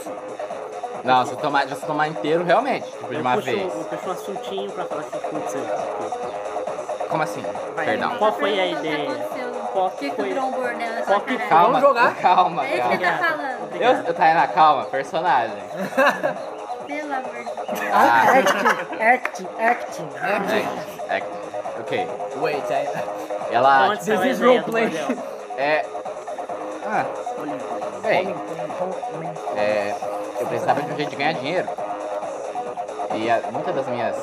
A: Não, se tomar, se tomar inteiro, realmente, tipo, de
C: Eu
A: uma
C: puxo,
A: vez.
C: Eu puxo um assuntinho pra falar o que aconteceu.
A: Como assim?
D: Vai,
A: Perdão.
C: Qual foi a
F: Pergunta o que
C: ideia?
F: aconteceu.
C: Qual
F: Por que que
C: foi?
F: o Drombor nessa
C: Qual que
F: cara?
A: Calma,
E: jogar?
A: calma,
F: É isso que
A: calma.
F: ele tá falando.
C: Obrigado.
A: Eu, Tainá, calma, personagem.
F: Pelo amor de Deus.
A: Ah,
B: Acting, acting.
A: é, é, ok.
E: Wait, I...
A: Ela tipo,
C: Onde saiu a
E: this is
C: ideia do
E: roleplay.
C: bordel?
A: é. Ah, bem. É, eu precisava de um jeito de ganhar dinheiro. E a- muitas das minhas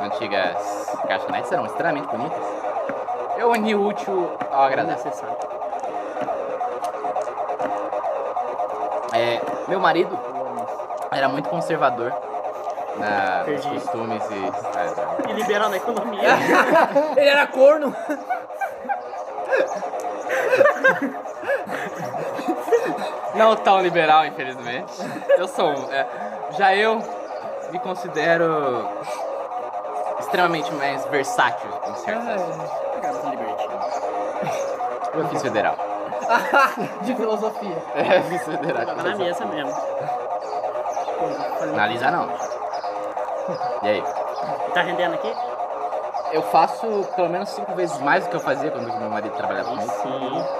A: antigas garçonetes eram extremamente bonitas. Eu uni o útil ao agradável.
C: Necessário.
A: É, meu marido era muito conservador na, nos
C: Entendi.
A: costumes e. é,
C: E liberal na economia.
E: Ele era corno.
A: Não tão liberal, infelizmente. Eu sou. um, é, já eu me considero extremamente mais versátil em certos assuntos. Eu fiz federal.
E: De filosofia.
A: É, fiz federal.
C: Tava Tá na mesa mesmo.
A: Analisar não. E aí?
C: Tá rendendo aqui?
A: Eu faço pelo menos cinco vezes mais do que eu fazia quando meu marido trabalhava comigo.
C: Sim.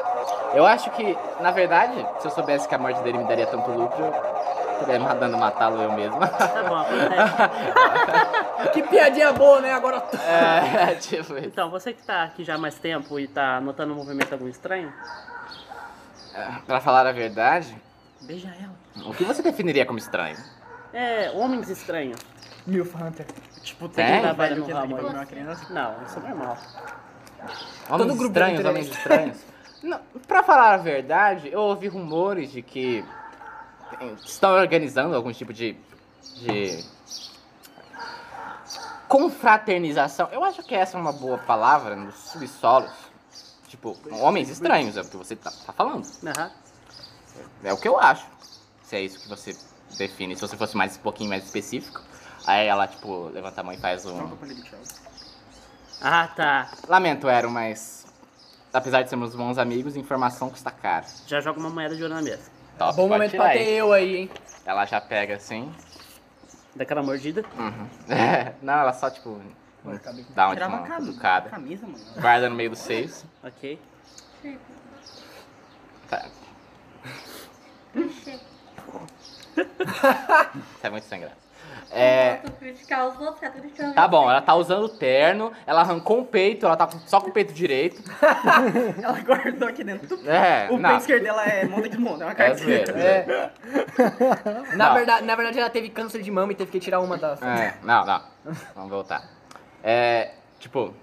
A: Eu acho que, na verdade, se eu soubesse que a morte dele me daria tanto lucro, eu estaria mandando matá-lo eu mesmo.
C: Tá bom, acontece.
E: Que piadinha boa, né? Agora tu-
A: É, tipo isso.
C: Então, você que tá aqui já há mais tempo e tá notando um movimento algum estranho,
A: Pra falar a verdade,
C: beija ela.
A: o que você definiria como estranho?
C: É, homens estranhos.
E: Milf Hunter.
D: Tipo, tem
A: Tem?
D: um trabalho
C: Velho
D: que
C: no
D: entra aqui
C: ramo,
D: pra comer
C: né?
D: uma criança.
C: Não, isso é normal.
A: Homens
E: Todo grupo
A: estranhos,
E: de
A: homens estranhos. Não, pra falar a verdade, eu ouvi rumores de que tem- estão organizando algum tipo de. de. confraternização. Eu acho que essa é uma boa palavra nos subsolos. Tipo, homens estranhos, é o que você tá, tá falando.
C: Aham.
A: É o que eu acho. Se é isso que você define. Se você fosse mais um pouquinho mais específico. Aí ela, tipo, levanta a mão e faz um.
D: Troca pra ele de tchau.
C: Ah, tá.
A: Lamento, Ero, mas. Apesar de sermos bons amigos, informação custa caro.
C: Já joga uma moeda de ouro na mesa.
A: Top,
E: Bom
A: pode
E: momento
A: tirar
E: pra
A: aí.
E: ter eu aí, hein?
A: Ela já pega assim.
C: Daquela mordida.
A: Uhum. Não, ela só, tipo. Dá uma, tipo,
D: Grava
A: uma
D: a camisa,
A: cutucada.
D: camisa, mano.
A: Guarda no meio dos seios.
C: Ok.
A: Tá. Tá muito sem graça. É.
F: Eu tô criticar os outros, tá criticando.
A: Tá bom, ela tá usando o terno, ela arrancou o peito, ela tá com- só com o peito direito.
D: Ela guardou aqui dentro. do-
A: É,
D: O
A: não,
D: peito esquerdo dela é monta de monta, é uma
A: é
D: carteira.
A: zoeira.
E: É. Na
A: Não.
E: verdade, na verdade, ela teve câncer de mama e teve que tirar uma das.
A: É, não, não. Vamos voltar. É, tipo.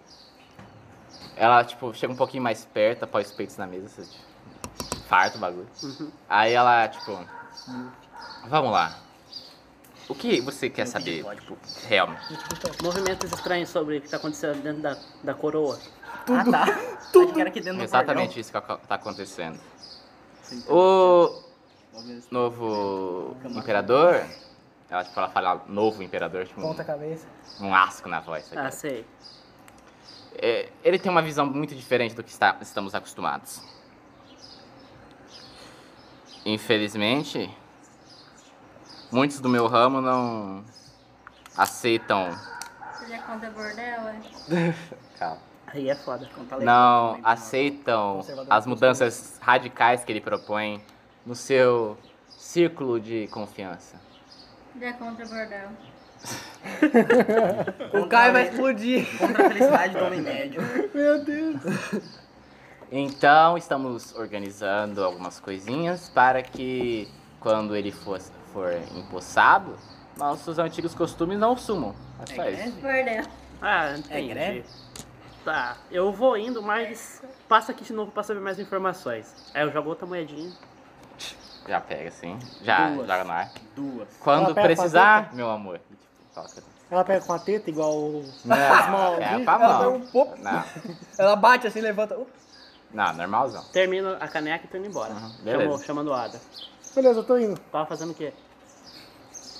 A: Ela, tipo, chega um pouquinho mais perto, apoia os peitos na mesa, você, tipo, farta o bagulho. Aí ela, tipo. Vamos lá. O que você quer saber,
D: Ah,
A: tipo, realmente?
C: Movimentos estranhos sobre o que tá acontecendo dentro da, da coroa.
D: Ah, tá. Tudo. Acho que era aqui dentro do
A: Exatamente isso que aco- tá acontecendo. O novo imperador. Ela, tipo, ela fala novo imperador, tipo,
E: Ponta
A: um,
E: cabeça.
A: um asco na voz. sabe?
C: Ah, sei.
A: É, ele tem uma visão muito diferente do que está- estamos acostumados. Infelizmente, muitos do meu ramo não aceitam,
F: Você já conta bordel, é?
C: Aí é foda.
A: não
D: assim,
A: aceitam
E: Conservador.
A: as mudanças radicais que ele propõe no seu círculo de confiança.
F: Já conta bordel.
E: O Caio vai explodir.
D: Contra a felicidade do homem médio.
B: Meu Deus.
A: Então, estamos organizando algumas coisinhas para que, quando ele for, for empossado, nossos antigos costumes não sumam. É só
D: É
A: isso.
D: greve?
F: Bordel.
D: É
C: Ah, entendi.
D: greve?
C: Tá, eu vou indo, mas passa aqui de novo pra saber mais informações. Aí eu jogo outra moedinha.
A: Já pega, sim. Já
D: Duas.
A: joga no ar.
D: Duas.
A: Quando
B: Ela pega
A: precisar, meu amor. E, tipo, toca.
B: Ela pega com a teta igual o.
A: Não, é pra
E: Ela
A: mão.
E: dá um pop.
A: Não,
E: Ela bate assim, levanta. Ups.
A: não, normalzão.
C: Termino a caneca e tô indo embora.
A: Uhum, beleza.
C: Chamou, chamando o Ada.
B: Beleza, eu tô indo.
C: Tava fazendo o quê?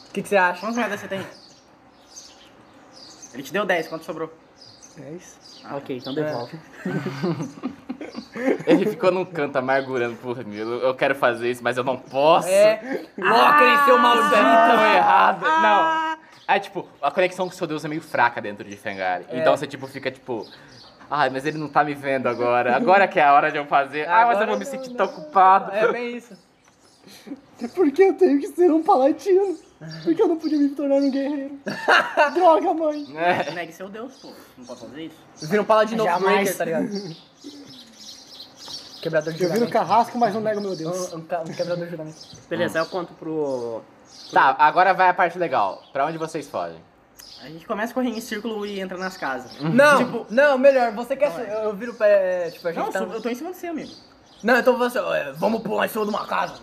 E: O que, que você acha?
D: Quantas moedas você tem? Ele te deu 10, quanto sobrou?
B: É isso.
D: Ah.
C: ok, então devolve.
A: Ele ficou num canto amargurando por mim. Eu eu quero fazer isso, mas eu não posso.
E: É. Loki cresceu
A: Você é tão
E: maldito.
A: errado. Não. Aí, tipo, a conexão com seu Deus é meio fraca dentro de Fengari. Então você, tipo, fica, tipo... Ai, mas ele não tá me vendo agora. Agora que é a hora de eu fazer. Ah, mas eu
E: Agora
A: vou me
E: não,
A: sentir
E: não.
A: tão culpado.
E: É bem isso.
B: É Porque eu tenho que ser um paladino. Porque eu não podia me tornar um guerreiro. Droga, mãe.
A: É.
D: Negue seu Deus, pô. Não posso fazer isso?
E: Vira um paladino
B: Jamais.
E: breaker, tá ligado? Quebrador de
B: Eu viro
E: juramento.
B: carrasco, mas não nego meu Deus.
E: Um, um ca- um quebrador de juramento.
C: Beleza, eu conto pro.
A: Tá, agora vai a parte legal. Pra onde vocês fogem?
D: A gente começa a correr em círculo e entra nas casas.
B: Uhum.
E: Não,
B: Tipo-
E: não, melhor, você quer. su- Eu, eu viro pé. Tipo, a gente
D: Não,
E: tá.
D: eu tô em cima de você, amigo.
E: Não, então você. é, Vamos pular em cima de uma casa.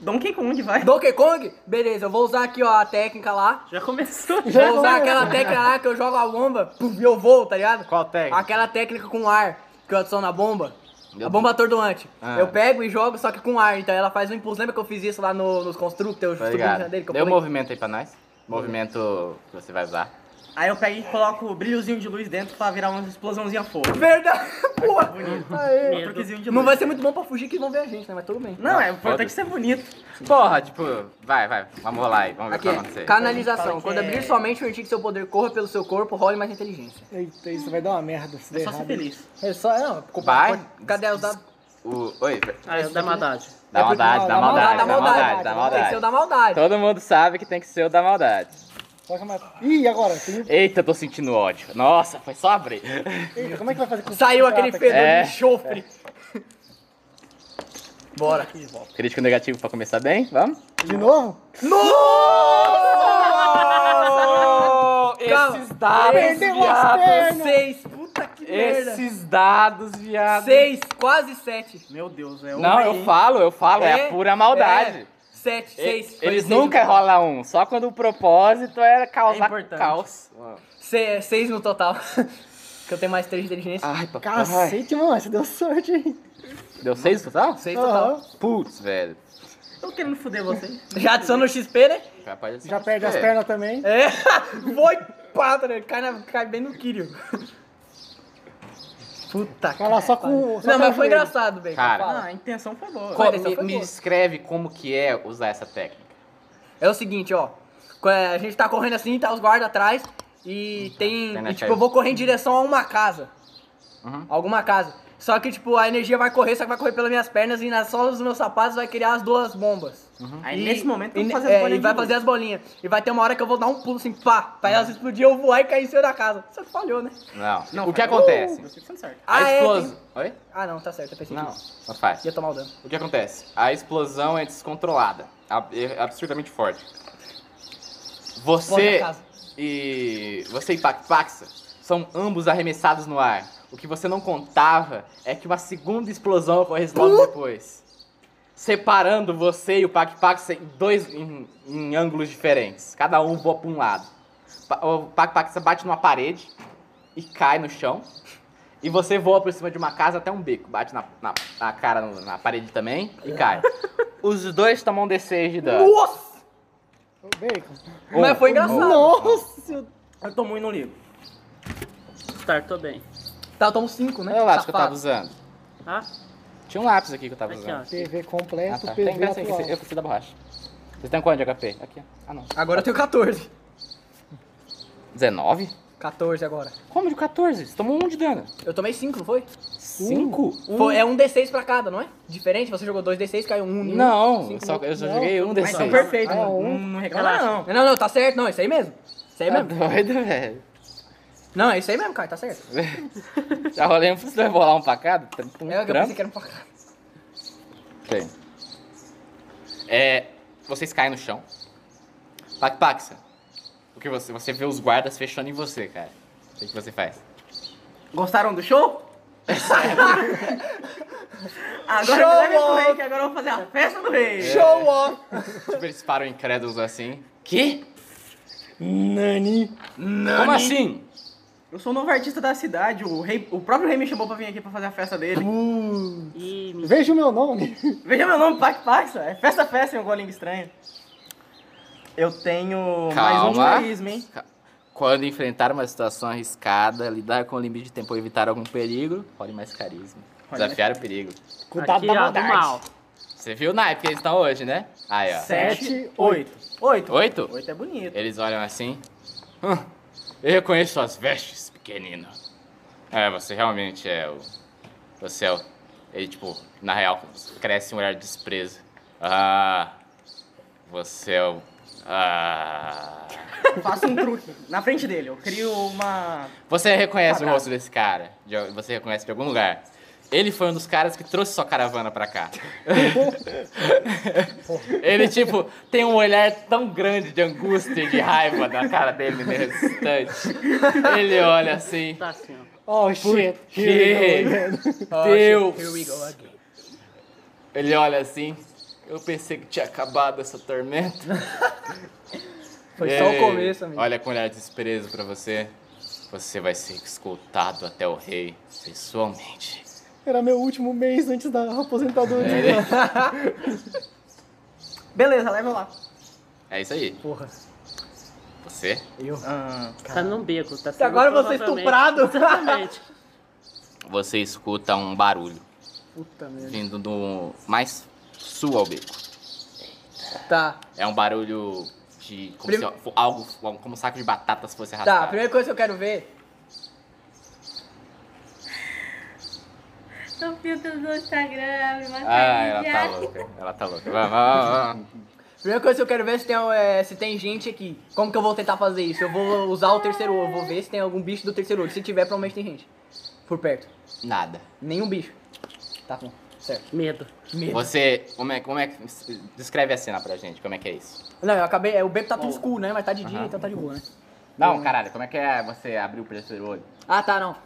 D: Donkey Kong, vai.
E: Donkey Kong? Beleza, eu vou usar aqui, ó, a técnica lá.
D: Já começou.
B: Já
E: Vou usar
B: começa.
E: aquela técnica lá que eu jogo a bomba pum, e eu vou, tá ligado?
G: Qual técnica?
E: Aquela técnica com ar que eu adiciono na bomba.
A: Meu
E: a bomba atordoante.
A: Ah.
E: Eu pego e jogo, só que com ar. Então ela faz um impulso. Lembra que eu fiz isso lá no- nos Constructors?
A: Tá
E: os
A: ligado?
E: Constructors dele que eu
A: Dê um
E: falei?
A: movimento aí pra nós. Movimento que você vai usar.
D: Aí eu pego e coloco o brilhozinho de luz dentro pra virar uma explosãozinha fogo.
E: Verdade! Boa! Aê.
D: Um truquezinho de luz.
E: Não vai ser muito bom pra fugir que vão ver a gente, né? Mas tudo bem.
D: Não, é
A: Foda-se.
D: importante ser bonito.
A: Porra, tipo, vai, vai. Vamos rolar aí. Vamos ver o
E: Aqui,
A: que vai acontecer.
D: Fala
E: canalização.
D: que
E: Quando
D: é-
E: abrir sua mente, permitir que seu poder corra pelo seu corpo, role mais inteligência.
B: Eita, isso vai dar uma merda se
D: É
B: der
D: só ser
B: errado.
D: feliz.
E: É só, não.
A: Vai.
E: Cadê os dados?
A: O... Oi,
C: Ah, isso dá maldade.
A: dá maldade, dá maldade, dá maldade, dá
E: Tem que ser o
A: maldade.
E: da maldade.
A: Todo mundo sabe que tem que ser o da maldade.
B: Vai chamar- Ih, agora? Tem... um-
A: Eita, eu tô sentindo ódio. Nossa, foi só abrir.
B: Eita, como é que vai fazer com
E: Saiu aquele fedor
A: Então, É.
E: de enxofre. Bora.
A: Crítico negativo pra começar bem, vamos?
B: De novo?
A: Oh,
E: Calma.
A: Esses dados,
B: Perdeu as
A: viado.
B: pernas!
E: Seis. Puta que merda.
A: Esses dados, viado.
E: Seis. Quase sete.
D: Meu Deus, é
A: Não, eu falo, eu falo, é, a pura maldade.
E: É. Sete, seis.
A: E-
E: Foi
A: Eles
E: seis
A: nunca
E: no total.
A: rolam um, só quando o propósito era
D: É
A: causar
D: importante.
A: caos.
E: Se- é, seis no total. que eu tenho mais três de inteligência.
A: Ai, papai.
B: Cacete, mano, você deu sorte aí.
A: Deu seis no total?
E: Seis total.
B: Aham.
A: Putz, velho.
D: Tô querendo foder vocês.
E: Já adiciona o XP, né?
A: Já perde,
B: Já perde as pernas também.
E: É. Foi pata, né? Cai, na- cai bem no Kirio. Puta
B: Vai lá só com. Só
E: Não, mas
B: com o
E: foi
B: joelho.
E: engraçado, bem.
A: Cara.
D: Ah,
E: fala.
D: a intenção foi boa.
E: Co-
A: Co-
E: Essa
A: me,
E: foi
A: me
E: boa.
A: descreve como que é usar essa técnica.
E: É o seguinte, ó. Co- é, A gente tá correndo assim, tá os guardas atrás.
A: Uhum.
E: E tem.
A: Tem na
E: e, tipo,
A: casa.
E: eu vou correr em direção a uma casa.
A: Uhum.
E: Alguma casa. Só que, tipo, a energia vai correr, só que vai correr pelas minhas pernas e nas solas dos meus sapatos vai criar as duas bombas.
D: Aí
E: E-
D: nesse momento eu
E: e,
D: vou Então fazer
E: é,
D: as bolinhas
E: e vai
D: de
E: fazer
D: luz.
E: as bolinhas. E vai ter uma hora que eu vou dar um pulo assim, pá, pra
A: Uhum.
E: elas explodir, eu voar e cair em cima da casa. Só que falhou, né?
A: Não.
D: Não,
A: o que
D: cara.
A: acontece?
D: Vocês estão certos.
E: Ah,
A: a
E: é,
A: explosão. Oi?
E: Ah, não, tá certo, eu pensei
A: Não,
E: que
A: não faz.
E: ia tomar o dano.
A: O que acontece? A explosão é descontrolada. ab- é Absurdamente forte.
E: Explode
A: Você
E: a casa.
A: e. Você e Pac Paxa são ambos arremessados no ar. O que você não contava é que uma segunda explosão ocorresse
E: Uh!
A: logo depois. Separando você e o Pac Paxa em dois. Em, em ângulos diferentes. Cada um voa pra um lado. Pa- O Pac Paxa bate numa parede e cai no chão. E você voa por cima de uma casa até um bico. Bate na, na, na cara, no- na parede também e cai. Os dois tomam um D6 de dano.
E: Nossa!
B: Ô, Bacon.
A: Um.
E: Mas foi engraçado.
B: Nossa!
D: Eu tô muito no livro.
C: Startou bem.
E: Tá, eu tomo 5, né?
A: Olha o lápis que eu tava
E: Safado.
A: usando.
C: Ah,
A: Tinha um lápis aqui que eu tava
C: aqui,
A: usando.
C: ó.
B: PV
A: Ah,
B: completo,
A: tá. Tem
B: PV
A: graça aí,
B: atual.
A: eu preciso da borracha. Vocês têm quanto de HP? Aqui, ó. Ah, não.
E: Agora eu tenho 14.
A: 19?
E: 14 agora.
A: Como de 14? Você tomou um de dano.
E: Eu tomei 5, não foi?
A: 5?
E: Foi- é um D6 pra cada, não é? Diferente, você jogou dois D6, caiu um. em um.
A: Não,
E: Cinco,
A: só,
E: um.
A: eu só
B: Não,
A: joguei um
D: Mas tá
A: D6.
D: perfeito,
B: Ah,
D: não,
B: um.
D: não reclama não.
E: Não, não, tá certo, não, isso aí mesmo. Isso aí
A: Tá
E: mesmo.
A: doido, velho.
E: Não, é isso aí mesmo, cara, tá certo.
A: Já rolei um pra você bolar um pra cada? Tá muito
E: É o que eu
A: trampo.
E: pensei que era um pra cá.
A: Tem. É, vocês caem no chão. Pac Paxa. O que você, você vê os guardas fechando em você, cara. O que que você faz?
D: Gostaram do show? agora
E: Show É.
D: me levem pro
E: off.
D: rei, que agora eu vou fazer a festa do rei.
E: Show off!
A: tipo, eles param incrédulos assim. Que?
B: Nani.
A: Como assim?
D: Eu sou o novo artista da cidade, o, rei, o próprio rei me chamou pra vir aqui pra fazer a festa dele.
C: Ih, me-
B: Veja o meu nome.
D: Veja meu nome, Pac Paxa. É festa, festa em alguma língua estranha. Eu tenho mais um de
A: Calma.
D: carisma, hein?
A: Ca- Quando enfrentar uma situação arriscada, lidar com o limite de tempo ou evitar algum perigo, role mais carisma.
D: Olha.
A: Desafiar o perigo.
B: Cuidado
C: aqui,
B: da
C: ó, do mal.
B: maldade.
A: Você viu o naipe que eles estão hoje, né? Aí, ó.
D: Sete,
B: Sete,
D: oito. Oito.
A: Oito?
D: Oito é bonito.
A: Eles olham assim. "Hum, eu reconheço suas vestes, pequenino. É, você realmente é o. Você é o. Ele, tipo, na real, cresce um olhar de desprezo. Ah. Você é o. Ah.
D: Faça um truque na frente dele. Eu crio uma.
A: Você reconhece o
D: Quadrado.
A: rosto desse cara. de- Você reconhece de algum lugar. Ele foi um dos caras que trouxe sua caravana pra cá. Ele, tipo, tem um olhar tão grande de angústia e de raiva na cara dele nesse instante. Ele olha assim.
C: tá assim, ó.
B: Oh, shit.
A: Que?
E: Oh, shit,
A: Deus!
E: Here we go again.
A: Ele olha assim. Eu pensei que tinha acabado essa tormenta.
E: Foi só
A: Ei,
E: o começo, amigo.
A: Olha com olhar de desprezo pra você. Você vai ser escoltado até o rei, pessoalmente.
B: Era meu último mês antes da aposentadoria.
A: É,
D: Beleza, leva lá.
A: é isso aí.
E: Porra.
A: Você?
D: Ah,
C: Tá num beco, tá
E: Se
C: sendo
E: agora você é
C: provavelmente-
E: estuprado.
C: Exatamente.
A: Você escuta um barulho
E: Puta merda.
A: vindo do mais sul ao beco.
E: Tá,
A: É um barulho de como
E: Prime-
A: se algo como um saco de batatas fosse
E: tá. A
A: arrastado.
E: primeira coisa que eu quero ver.
F: Tô filtro do Instagram, abre uma
A: Ah, ela
F: carinha.
A: tá louca. Ela tá louca. Vai, vai, vai, vai.
E: Primeira coisa que eu quero ver é se tem, é, se tem gente aqui. Como que eu vou tentar fazer isso? Eu vou usar o terceiro olho. Vou ver se tem algum bicho do terceiro olho. Se tiver, provavelmente tem gente. Por perto.
A: Nada.
E: Nenhum bicho. Tá bom. Certo.
C: Medo.
E: Medo.
A: Você, como é, como é que descreve a cena pra gente? Como é que é isso?
E: Não, eu acabei. é, O bebo tá tudo escuro, né? Mas tá de dia, então tá de boa, né?
A: Não, caralho, como é que é você abrir o terceiro olho?
E: Ah, tá, não.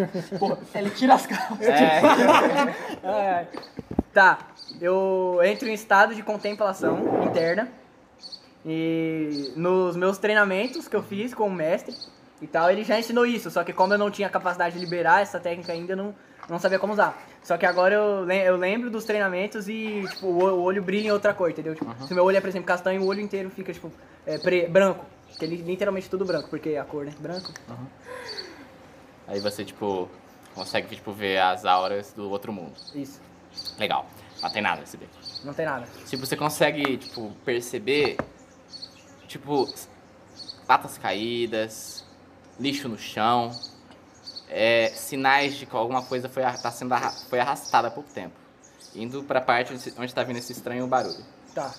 E: Porra, ele tira as calças.
A: É,
E: Ai, ai. Tá, eu entro em estado de contemplação interna. E nos meus treinamentos que eu fiz com o mestre e tal, ele já ensinou isso. Só que como eu não tinha capacidade de liberar essa técnica ainda, eu não, não sabia como usar. Só que agora eu, lem- eu lembro dos treinamentos e tipo, o, o olho brilha em outra cor, entendeu? Tipo, Se meu olho é, por exemplo, castanho, o olho inteiro fica, tipo, é, pre- branco. Que é li- literalmente tudo branco, porque a cor, né? Branco.
A: aí você, tipo, consegue, tipo, ver as auras do outro mundo.
E: Isso.
A: Legal. Não tem nada nesse beco.
E: Não tem nada.
A: Tipo, você consegue, tipo, perceber, tipo, patas caídas, lixo no chão, é, sinais de que alguma coisa foi, arra- tá sendo arra- foi arrastada há pouco tempo. Indo pra parte onde, onde tá vindo esse estranho barulho.
E: Tá.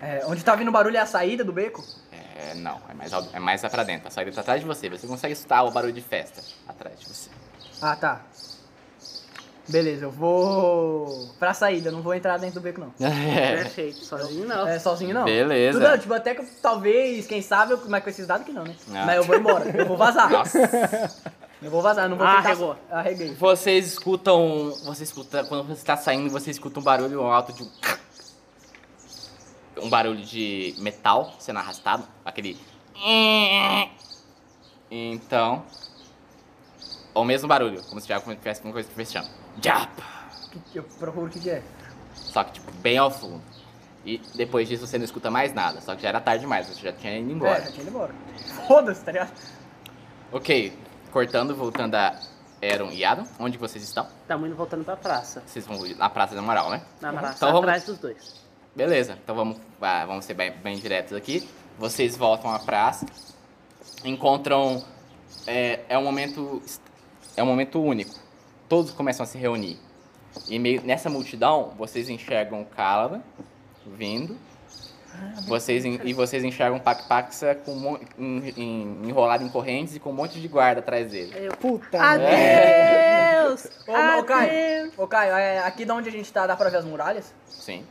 E: É, onde tá vindo o barulho é a saída do beco?
A: É, não, é mais, ao- é mais lá pra dentro. A saída tá atrás de você. Você consegue escutar o barulho de festa atrás de você.
E: Ah, tá. Beleza, eu vou pra saída, eu não vou entrar dentro do beco, não.
A: É.
C: Perfeito. Sozinho não.
E: É, sozinho não.
A: Beleza.
E: Tudo, tipo, até que eu- talvez, quem sabe, eu, mas com esses dados que não, né?
A: Não.
E: Mas eu vou embora, eu vou vazar.
A: Ah. Nossa.
E: Eu vou vazar, eu não vou
C: Ah,
E: tentar...
C: arregou.
E: Arreguei.
A: Vocês escutam. Você escuta. Quando você está saindo, você escuta um barulho alto de um. Um barulho de metal sendo arrastado. Aquele. Então. O mesmo barulho, como se tivesse alguma coisa fechando. Jap!
E: Que- Eu procuro o que que é.
A: Só que, tipo, bem ao fundo. E depois disso você não escuta mais nada. Só que já era tarde demais, você já tinha ido
E: É, já
A: embora.
E: tinha ido embora. Foda-se, tá ligado?
A: Ok, cortando, voltando a Eron e Adam. Onde vocês estão?
C: Tamo indo voltando pra praça.
A: Vocês vão na Praça da Moral, né?
C: Na praça,
A: Então vamos-
C: atrás dos dois.
A: Beleza, então vamos, ah, vamos ser bem, bem diretos aqui. Vocês voltam à praça, encontram. É, é um momento. est- É um momento único. Todos começam a se reunir. E meio, nessa multidão, vocês enxergam o Cálaba vindo. Vocês, en- e vocês enxergam o Pac-Paxa com um mon- em- em- enrolado em correntes e com um monte de guarda atrás dele.
B: Puta merda.
C: Adeus!
E: Ô, ô, Caio, ô, Caio, é, aqui de onde a gente tá, dá pra ver as muralhas?
A: Sim.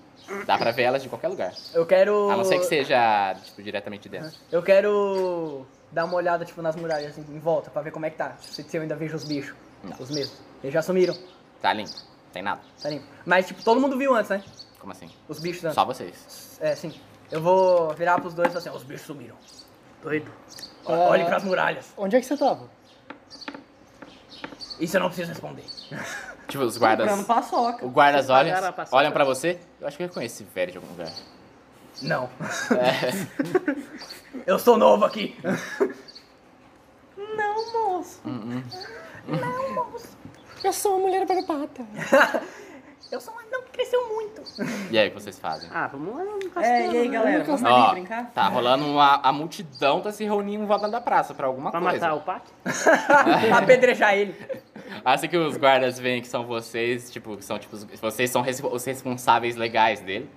A: Dá pra ver elas de qualquer lugar.
E: Eu quero...
A: A não ser que seja tipo, diretamente dentro.
E: Eu quero dar uma olhada, tipo, nas muralhas assim, em volta, pra ver como é que tá. Se se eu ainda vejo os bichos.
A: Não.
E: Os mesmos. Eles já sumiram,
A: Tá limpo. Tem nada.
E: tá limpo. Mas, tipo, todo mundo viu antes, né?
A: Como assim?
E: Os bichos antes.
A: Só vocês.
E: É, sim. Eu vou virar pros dois e falar assim, ó, os bichos sumiram.
C: Doido.
E: Ó,
B: Ah.
E: Olhem pras muralhas.
B: Onde é que você tava?
E: Isso eu não preciso responder.
A: Tipo, os guardas.
D: Comprando paçoca.
A: O guardas olham,
C: Pagaram a paçoca.
A: olham pra você. Eu acho que eu reconheço esse velho de algum lugar.
E: Não.
A: É.
E: Eu sou novo aqui.
F: Não, moço.
A: Hum,
B: Eu sou uma mulher barbata.
E: Eu sou um anão que cresceu muito.
A: E aí, o que vocês fazem?
C: Ah, vamos lá no castelo.
D: É, e aí,
C: né?
D: galera, vamos ali
A: Ó,
D: brincar?
A: tá rolando uma. A multidão tá se reunindo em volta da praça pra alguma
C: Pra
A: coisa.
C: matar o Pac?
E: Apedrejar ele.
A: Assim que os guardas veem que são vocês, tipo, que são, tipo, os- vocês são res- os responsáveis legais dele.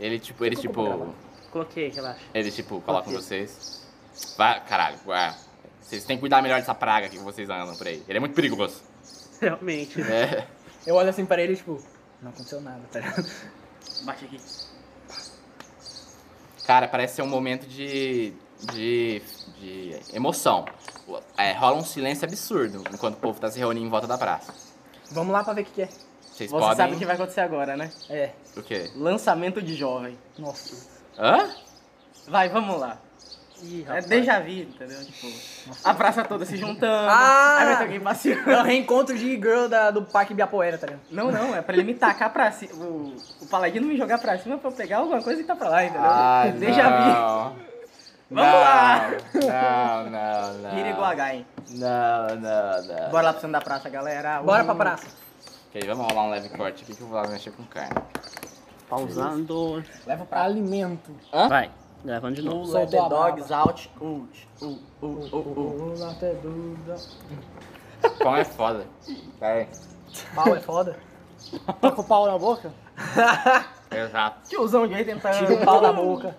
A: Ele, tipo, eles, tipo.
C: Coloquei, relaxa.
A: Eles, tipo, colocam vocês. Vai, caralho, vai. Vocês têm que cuidar melhor dessa praga que vocês andam por aí. Ele é muito perigoso.
C: Realmente.
A: É.
E: Eu olho assim pra ele, tipo, não aconteceu nada, tá ligado?
D: Bate aqui.
A: Cara, parece ser um momento de. de. de emoção. É, rola um silêncio absurdo enquanto o povo tá se reunindo em volta da praça.
E: Vamos lá pra ver o que que é.
A: Vocês
D: Você
A: podem.
D: sabe o que vai acontecer agora, né?
E: É.
A: O quê?
D: Lançamento de jovem.
E: Nossa.
A: Hã?
D: Vai, vamos lá.
E: Ih,
D: É
E: rapaz.
D: déjà vu, entendeu? Tipo, a praça toda se juntando.
E: Ah!
D: Aí vai ter alguém passeando.
E: É o reencontro de girl da, do Parque Biapoeira, tá ligado?
D: Não, não, é pra ele me tacar pra cima. O, o paladino me jogar pra cima pra eu pegar alguma coisa que tá pra lá, entendeu?
A: Ah,
D: Déjà vu.
A: não.
D: Vamos
A: Não,
D: lá.
A: Não, não, não.
D: Vira igual a Gain.
A: Não, não, não.
D: Bora lá pro centro da praça, galera.
E: Bora
D: Uh.
E: pra praça.
A: Ok, vamos rolar um leve corte aqui que eu vou lá mexer com carne.
C: Pausando.
D: Leva pra
B: Alimento.
C: Vai, gravando de novo.
D: Let the
B: Soltou a
D: dogs out. Um, Out. Out. Out. Out. Out.
A: Pão é foda. Peraí.
E: Pau é foda.
B: Tá com o pau na boca?
A: Exato.
D: Tiozão de 80 anos.
E: Tira o pau da boca.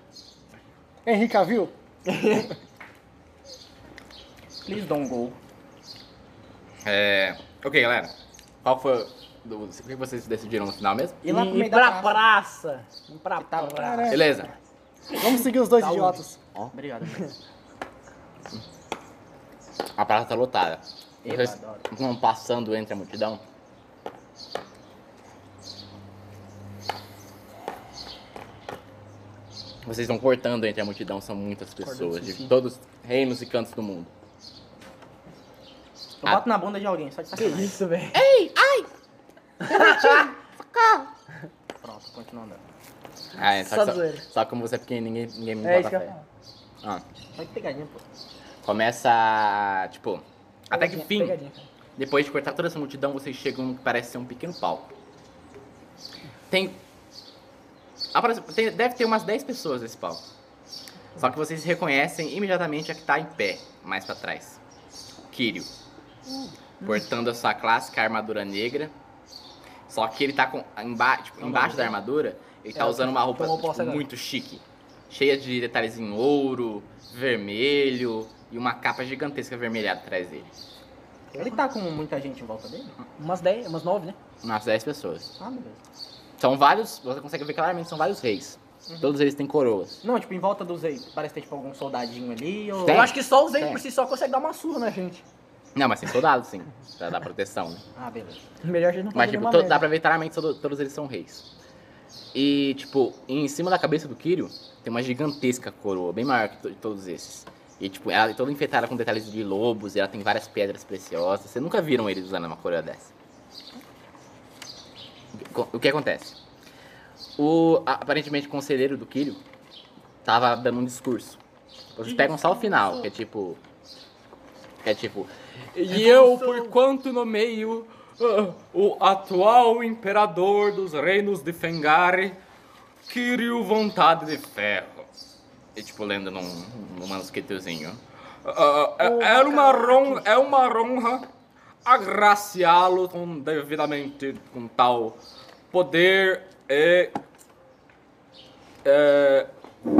B: Henrique ah, Cavill?
D: Please don't go.
A: É. Ok, galera. Qual foi. do- O que vocês decidiram no final mesmo?
D: E lá pro meio
E: E
D: da
E: pra
D: praça.
E: praça. E pra
D: Tá,
E: praça.
B: Caralho.
A: Beleza.
B: Vamos seguir os dois
E: Saúde.
B: idiotas.
D: Obrigado.
A: A praça tá lotada.
D: Eu
A: Vocês
D: adoro.
A: vão passando entre a multidão. Vocês estão cortando entre a multidão, são muitas pessoas de todos os reinos e cantos do mundo.
D: Eu boto na bunda de alguém, só de
E: Que
D: sacanagem.
E: isso, velho.
D: Pronto, continua andando.
A: Ah, é, só, que
E: Só
A: só,
E: zoeira.
A: só que como você é pequeno, ninguém, ninguém me
E: É
A: bota
E: isso que eu
A: fé.
E: ia falar.
A: Ah,
D: Olha que pegadinha, pô.
A: começa, a, tipo, até que
E: Pegadinha,
A: fim,
E: pegadinha, cara.
A: Depois de cortar toda essa multidão, vocês chegam no que parece ser um pequeno palco. Tem. apare- tem- Deve ter umas 10 pessoas nesse palco. Só que vocês reconhecem imediatamente a que tá em pé, mais pra trás. Kirio. Portando a sua clássica armadura negra. Só que ele tá com. Emba tipo, embaixo da armadura, ele tá
E: É,
A: usando uma roupa
E: tomou posse
A: tipo,
E: agora.
A: muito chique. Cheia de detalhes em ouro, vermelho e uma capa gigantesca vermelhada atrás dele.
D: Ele tá com muita gente em volta dele?
E: Umas 10, umas 9, né?
A: Umas 10 pessoas.
D: Ah, meu Deus.
A: São vários, você consegue ver claramente, são vários reis. Todos eles têm coroas.
D: Não, tipo, em volta dos reis. Parece ter, tipo, algum soldadinho ali ou...
A: Tem.
E: Eu acho que só os
A: Tem.
E: Zen por si só consegue dar uma surra na gente.
A: Não, mas tem soldados, sim, pra dar proteção, né?
D: Ah, beleza.
E: Melhor a gente não
A: Mas,
E: fazer
A: tipo,
E: nenhuma
A: to-
E: merda.
A: dá pra ver claramente todo- todos eles são reis. E, tipo, em cima da cabeça do Kirio, tem uma gigantesca coroa, bem maior que to- todos esses. E, tipo, ela é toda enfeitada com detalhes de lobos, e ela tem várias pedras preciosas. Vocês nunca viram eles usando uma coroa dessa. Co- O que acontece? O, a- aparentemente, o conselheiro do Kirio tava dando um discurso. Vocês pegam só o final, que é tipo... Que é tipo... E eu, por quanto nomeio ah, o atual imperador dos reinos de Fengari, Kiryu Vontade de Ferro. E tipo, lendo num, num manuscritozinho. Ah, é, é uma ron, é uma honra agraciá-lo com, devidamente com tal poder e... É,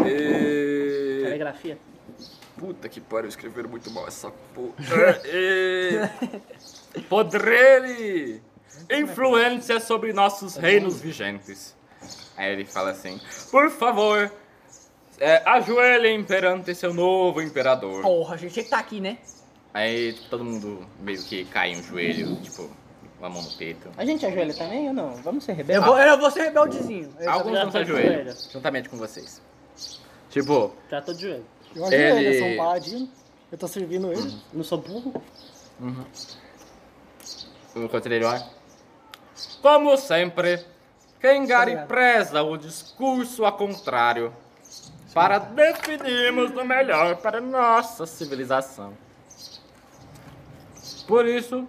A: e
D: Telegrafia.
A: Puta que pariu, escreveram muito mal essa porra. E- Podrele! Influência sobre nossos reinos vigentes. Aí ele fala assim: Por favor, é, ajoelhem perante seu novo imperador.
E: Porra, a gente tinha que tá aqui, né?
A: Aí tipo, todo mundo meio que cai um joelho, tipo, uma mão no peito.
D: A gente ajoelha também ou não? Vamos ser
E: Eu
D: rebeldes. Ah,
E: vou, eu vou ser rebeldezinho. Eu
A: Alguns
E: também-
A: não se ajoelham, juntamente com vocês. Tipo,
C: Já tô de joelho.
B: Eu ajoelho,
A: Ele-
B: eu sou um paladino. Eu tô servindo ele.
C: Não sou burro?
A: O conselheiro olha. Como sempre, Kengari
E: Obrigado.
A: preza o discurso a contrário para definirmos o melhor para nossa civilização. Por isso,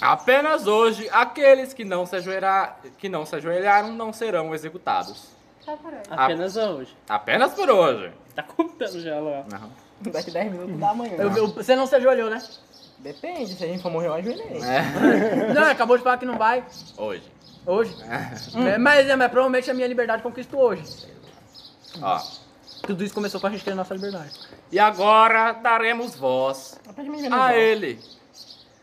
A: apenas hoje, aqueles que não se, ajoelha- que não se ajoelharam não serão executados.
F: Tá parando.
C: Apenas hoje.
A: Apenas por hoje.
C: Tá contando já lá.
D: Daqui 10 minutos da manhã.
E: eu- eu- você não se ajoelhou, né?
D: É. Depende, se a gente for morrer, eu ajoelhei.
A: É.
E: Não, acabou de falar que não vai
A: Hoje.
E: hoje. É, mas, é, mas provavelmente a minha liberdade conquistou hoje.
A: Ó.
E: Tudo isso começou com a gente querendo nossa liberdade.
A: E agora daremos voz a ele.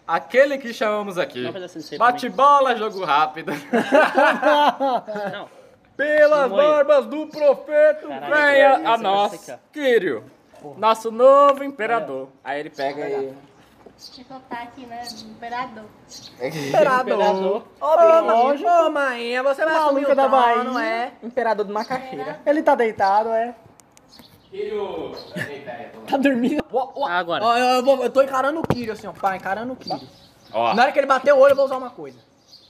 A: Aquele que chamamos aqui.
C: Não faz assim, sei
A: Bate bola, jogo rápido.
C: pra mim. Não.
A: Pelas
C: Não, mãe.
A: barbas do profeta,
C: Caralho, é
A: venha
C: isso,
A: a
C: isso
A: nós,
C: aqui,
A: Quírio, nosso novo imperador. Aí ele pega e
F: Deixa eu contar aqui, né? Imperador.
E: Imperador. Ô, Bim, ô, mainha, você vai assumir
B: Maluca
E: o
B: da
E: trono, não
B: Bahia.
E: é? Imperador do Macaxeira.
F: Imperador.
B: Ele tá deitado, é.
A: Filho! Eita, é, vamos lá.
B: Tá dormindo.
C: Agora.
E: Ó, eu, eu vou- eu tô encarando o Kiro assim, ó, pá, encarando o Kiro.
A: Ó,
E: Na hora que ele bater o olho, eu vou usar uma coisa.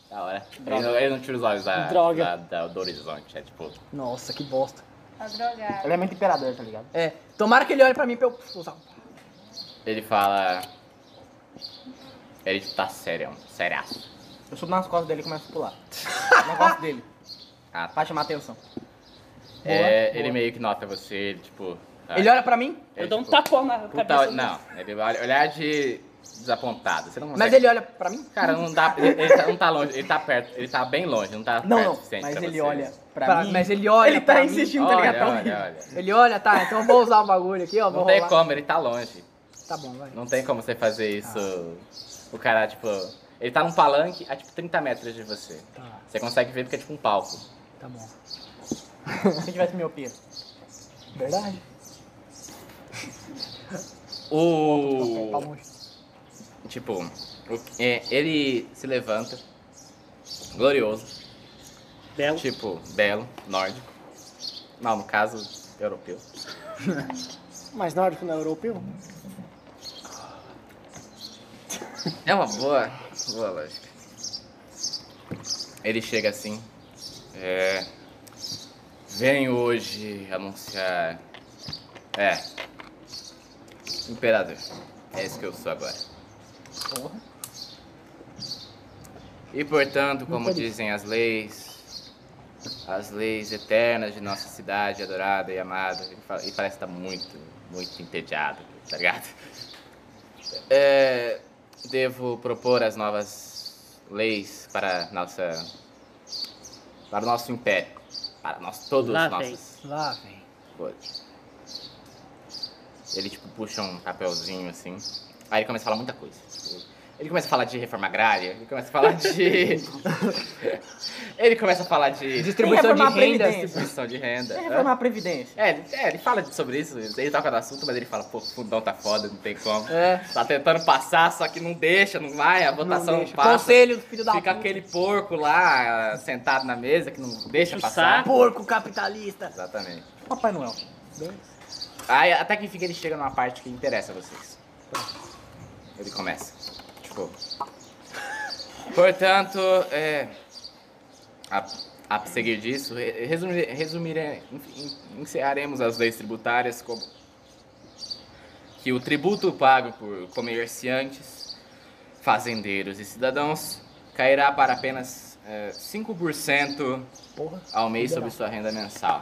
A: da hora. Ele não, ele não tira os olhos da,
B: Droga.
A: da- da- do horizonte, é tipo...
E: Nossa, que bosta.
F: Tá drogado.
D: Ele é muito imperador, tá ligado?
E: É, tomara que ele olhe pra mim pra eu usar.
A: Ele fala... Ele tipo, tá sério, sériaço.
D: Eu subo nas costas dele e começo a pular. nas costas dele,
A: Ah, tá.
D: pra chamar atenção.
A: É, Ele meio que nota você, ele tipo... ah,
E: Ele olha pra mim,
A: ele,
C: Eu dou um
A: tipo,
C: tapão na
A: puta,
C: cabeça. do-
A: Não, ele olha olhar de desapontado. Você não
E: mas
A: consegue...
E: ele olha pra mim.
A: Cara, não dá, ele, ele tá, não tá longe, ele tá perto, ele tá bem longe, não tá
D: Não,
A: perto o
D: não,
A: suficiente
D: mas
A: pra
D: ele
A: você.
D: olha pra,
E: Pra-
D: mim.
E: mas ele olha
D: Ele tá
E: pra mim.
D: insistindo, tá
A: Olha,
D: ligado? Pra mim.
A: olha, olha.
E: Ele olha, tá, então eu vou usar o bagulho aqui, ó, vou
A: Não tem
E: rolar.
A: como, ele tá longe.
E: Tá bom, vai. Tá.
A: Não tem como você fazer isso. O cara, tipo. Ele tá num palanque a tipo 30 metros de você.
E: Tá,
A: Você consegue ver porque é tipo um palco.
E: tá bom.
D: Se eu tivesse miopia.
E: Verdade. Tá
A: O.
E: longe.
A: Tipo, o- é, ele se levanta. Glorioso.
C: Belo.
A: Tipo, belo, nórdico. Não, no caso, europeu.
B: Mas nórdico não é europeu?
A: É uma boa, boa lógica. Ele chega assim. É. Venho hoje anunciar. É. Imperador. É isso que eu sou agora. E portanto, como dizem as leis. As leis eternas de nossa cidade adorada e amada. Ele fala- E parece estar muito, muito entediado, tá ligado? É, devo propor as novas leis para nossa para o nosso império, para nós todos
C: Lá
A: os
C: vem.
A: nossos.
E: Lá, vem.
A: Putz. Ele tipo puxa um papelzinho assim. Aí ele começa a falar muita coisa. Tipo, Ele começa a falar de reforma agrária, ele começa a falar de Ele começa a falar de
E: Distribuição de
D: reformar a
E: renda.
D: Previdência.
A: distribuição de renda.
D: Quer
A: hã?
D: reformar a Previdência?
A: É, ele- é, ele fala sobre isso, ele toca no assunto, mas ele fala, pô, o fundão tá foda, não tem como.
E: É.
A: Tá tentando passar, só que não deixa, não vai, a votação não,
E: deixa.
A: passa.
E: Conselho do filho da
A: Fica
E: puta.
A: aquele porco lá ah, sentado na mesa que não deixa
C: O
A: passar.
C: saco.
E: Porco capitalista.
A: Exatamente.
D: Papai Noel.
A: Aí até que enfim ele chega numa parte que interessa a vocês. Ele começa. Tipo. Portanto, é. A, a seguir disso, re- resumire, resumire, enfim, encerraremos as leis tributárias como que o tributo pago por comerciantes, fazendeiros e cidadãos cairá para apenas é, 5%
E: Porra.
A: ao mês sobre sua renda mensal.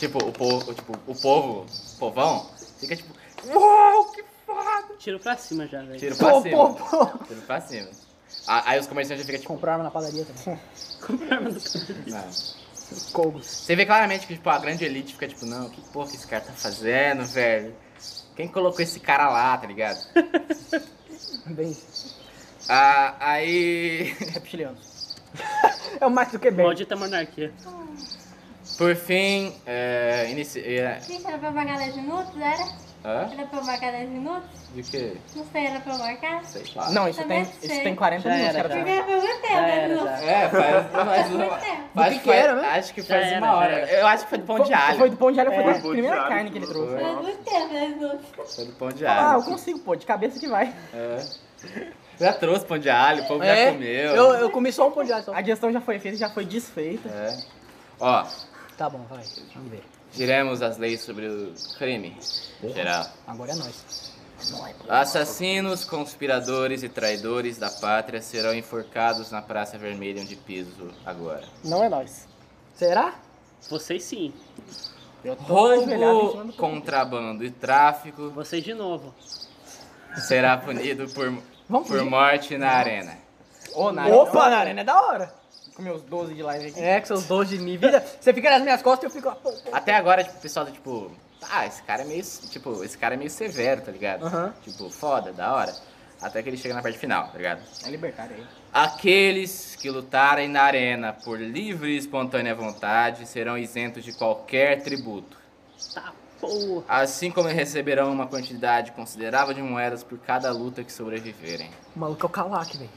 A: Tipo, o povo, tipo, o povo, o povão, fica tipo, uau, que foda!
C: Tiro pra cima já, velho.
A: Tiro pra
E: Pô,
A: cima.
E: pô, pô.
A: Tiro pra cima. A- Aí os comerciantes já ficam tipo,
E: Compraram na padaria também.
A: não.
E: Cogos.
A: Você vê claramente que tipo, a grande elite fica tipo, não, que porra que esse cara tá fazendo, velho? Quem colocou esse cara lá, tá ligado?
E: Bem.
A: Ah, aí.
D: Reptiliano.
E: É o Max Zuckerberg.
C: Maldita monarquia.
A: Por fim, é, inici... é,
F: Gente, era pra eu marcar 10 minutos, era?
A: Hã?
F: Era pra eu marcar 10 minutos?
A: De que?
F: Não sei, era pra eu marcar?
A: Sei lá.
D: Não, isso tem,
F: Também
D: isso
F: sei.
D: tem 40
C: É Já
D: minutos,
C: era,
D: cara.
F: Porque era pra muito tempo,
C: Já
F: né,
C: era,
F: Bruno?
C: já.
A: É, faz. faz
F: Muito
A: uma...
F: tempo.
A: Faz,
E: que era,
A: faz-
E: né?
A: Acho que faz
C: era,
A: uma
C: já
A: hora.
C: era.
A: Eu acho que foi do pão de alho.
D: Foi do pão de alho, foi
C: É.
D: da primeira carne que ele
E: É.
D: trouxe.
F: Faz muito tempo, né, Bruno?
A: Foi do pão de
D: Ah, eu
A: alho.
D: consigo, pô, de cabeça que vai.
A: Já trouxe pão de alho, o povo já comeu.
E: É. Eu, eu comi só um pão de alho. só.
D: A digestão já foi feita, já foi desfeita.
A: É. Ó,
E: Tá bom, vai. Vamos ver.
A: tiremos as leis sobre o crime geral.
E: Agora é nóis.
A: Assassinos, conspiradores e traidores da pátria serão enforcados na Praça Vermelha onde piso agora.
B: Não é nós.
E: Será?
C: Vocês sim.
D: Eu tô ajoelhado em cima
A: Roubo,
D: do-
A: contrabando e tráfico
C: Vocês de novo.
A: será punido por,
E: Vamos
A: por
E: fugir.
A: morte na arena.
D: Ô, Nara,
E: Opa, na arena é da hora.
D: Com meus 12 de live aqui.
E: É, que são os dois de mim. Vida, você fica nas minhas costas e eu fico lá. pô, pô.
A: Até agora, tipo, o pessoal tá tipo, ah, esse cara é meio, tipo, esse cara é meio severo, tá ligado?
E: Aham.
A: Tipo, foda, da hora. Até que ele chega na parte final, tá ligado?
D: É libertário aí.
A: Aqueles que lutarem na arena por livre e espontânea vontade serão isentos de qualquer tributo.
C: Tá Porra.
A: Assim como receberão uma quantidade considerável de moedas por cada luta que sobreviverem.
E: O maluco é o Kalak, velho.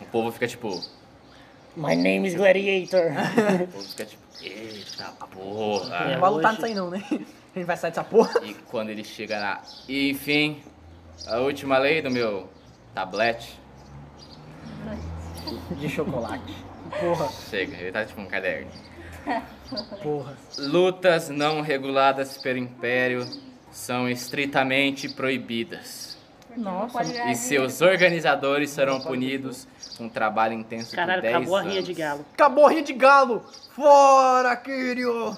A: O povo fica tipo. O
B: My name is Gladiator.
A: povo fica tipo. Eita porra!
E: Não vai lutar nisso aí não, né? A gente vai sair dessa porra.
A: E quando ele chega na. E enfim, a última lei do meu tablete.
E: De chocolate. Porra,
A: Chega, ele tá tipo um caderno.
E: porra.
A: Lutas não reguladas pelo Império são estritamente proibidas.
D: Nossa,
A: E seus organizadores serão punidos com um trabalho intenso
C: Caralho,
A: por 10
C: acabou a
A: anos.
C: rinha de galo.
E: Acabou a rir de galo! Fora, Kirio!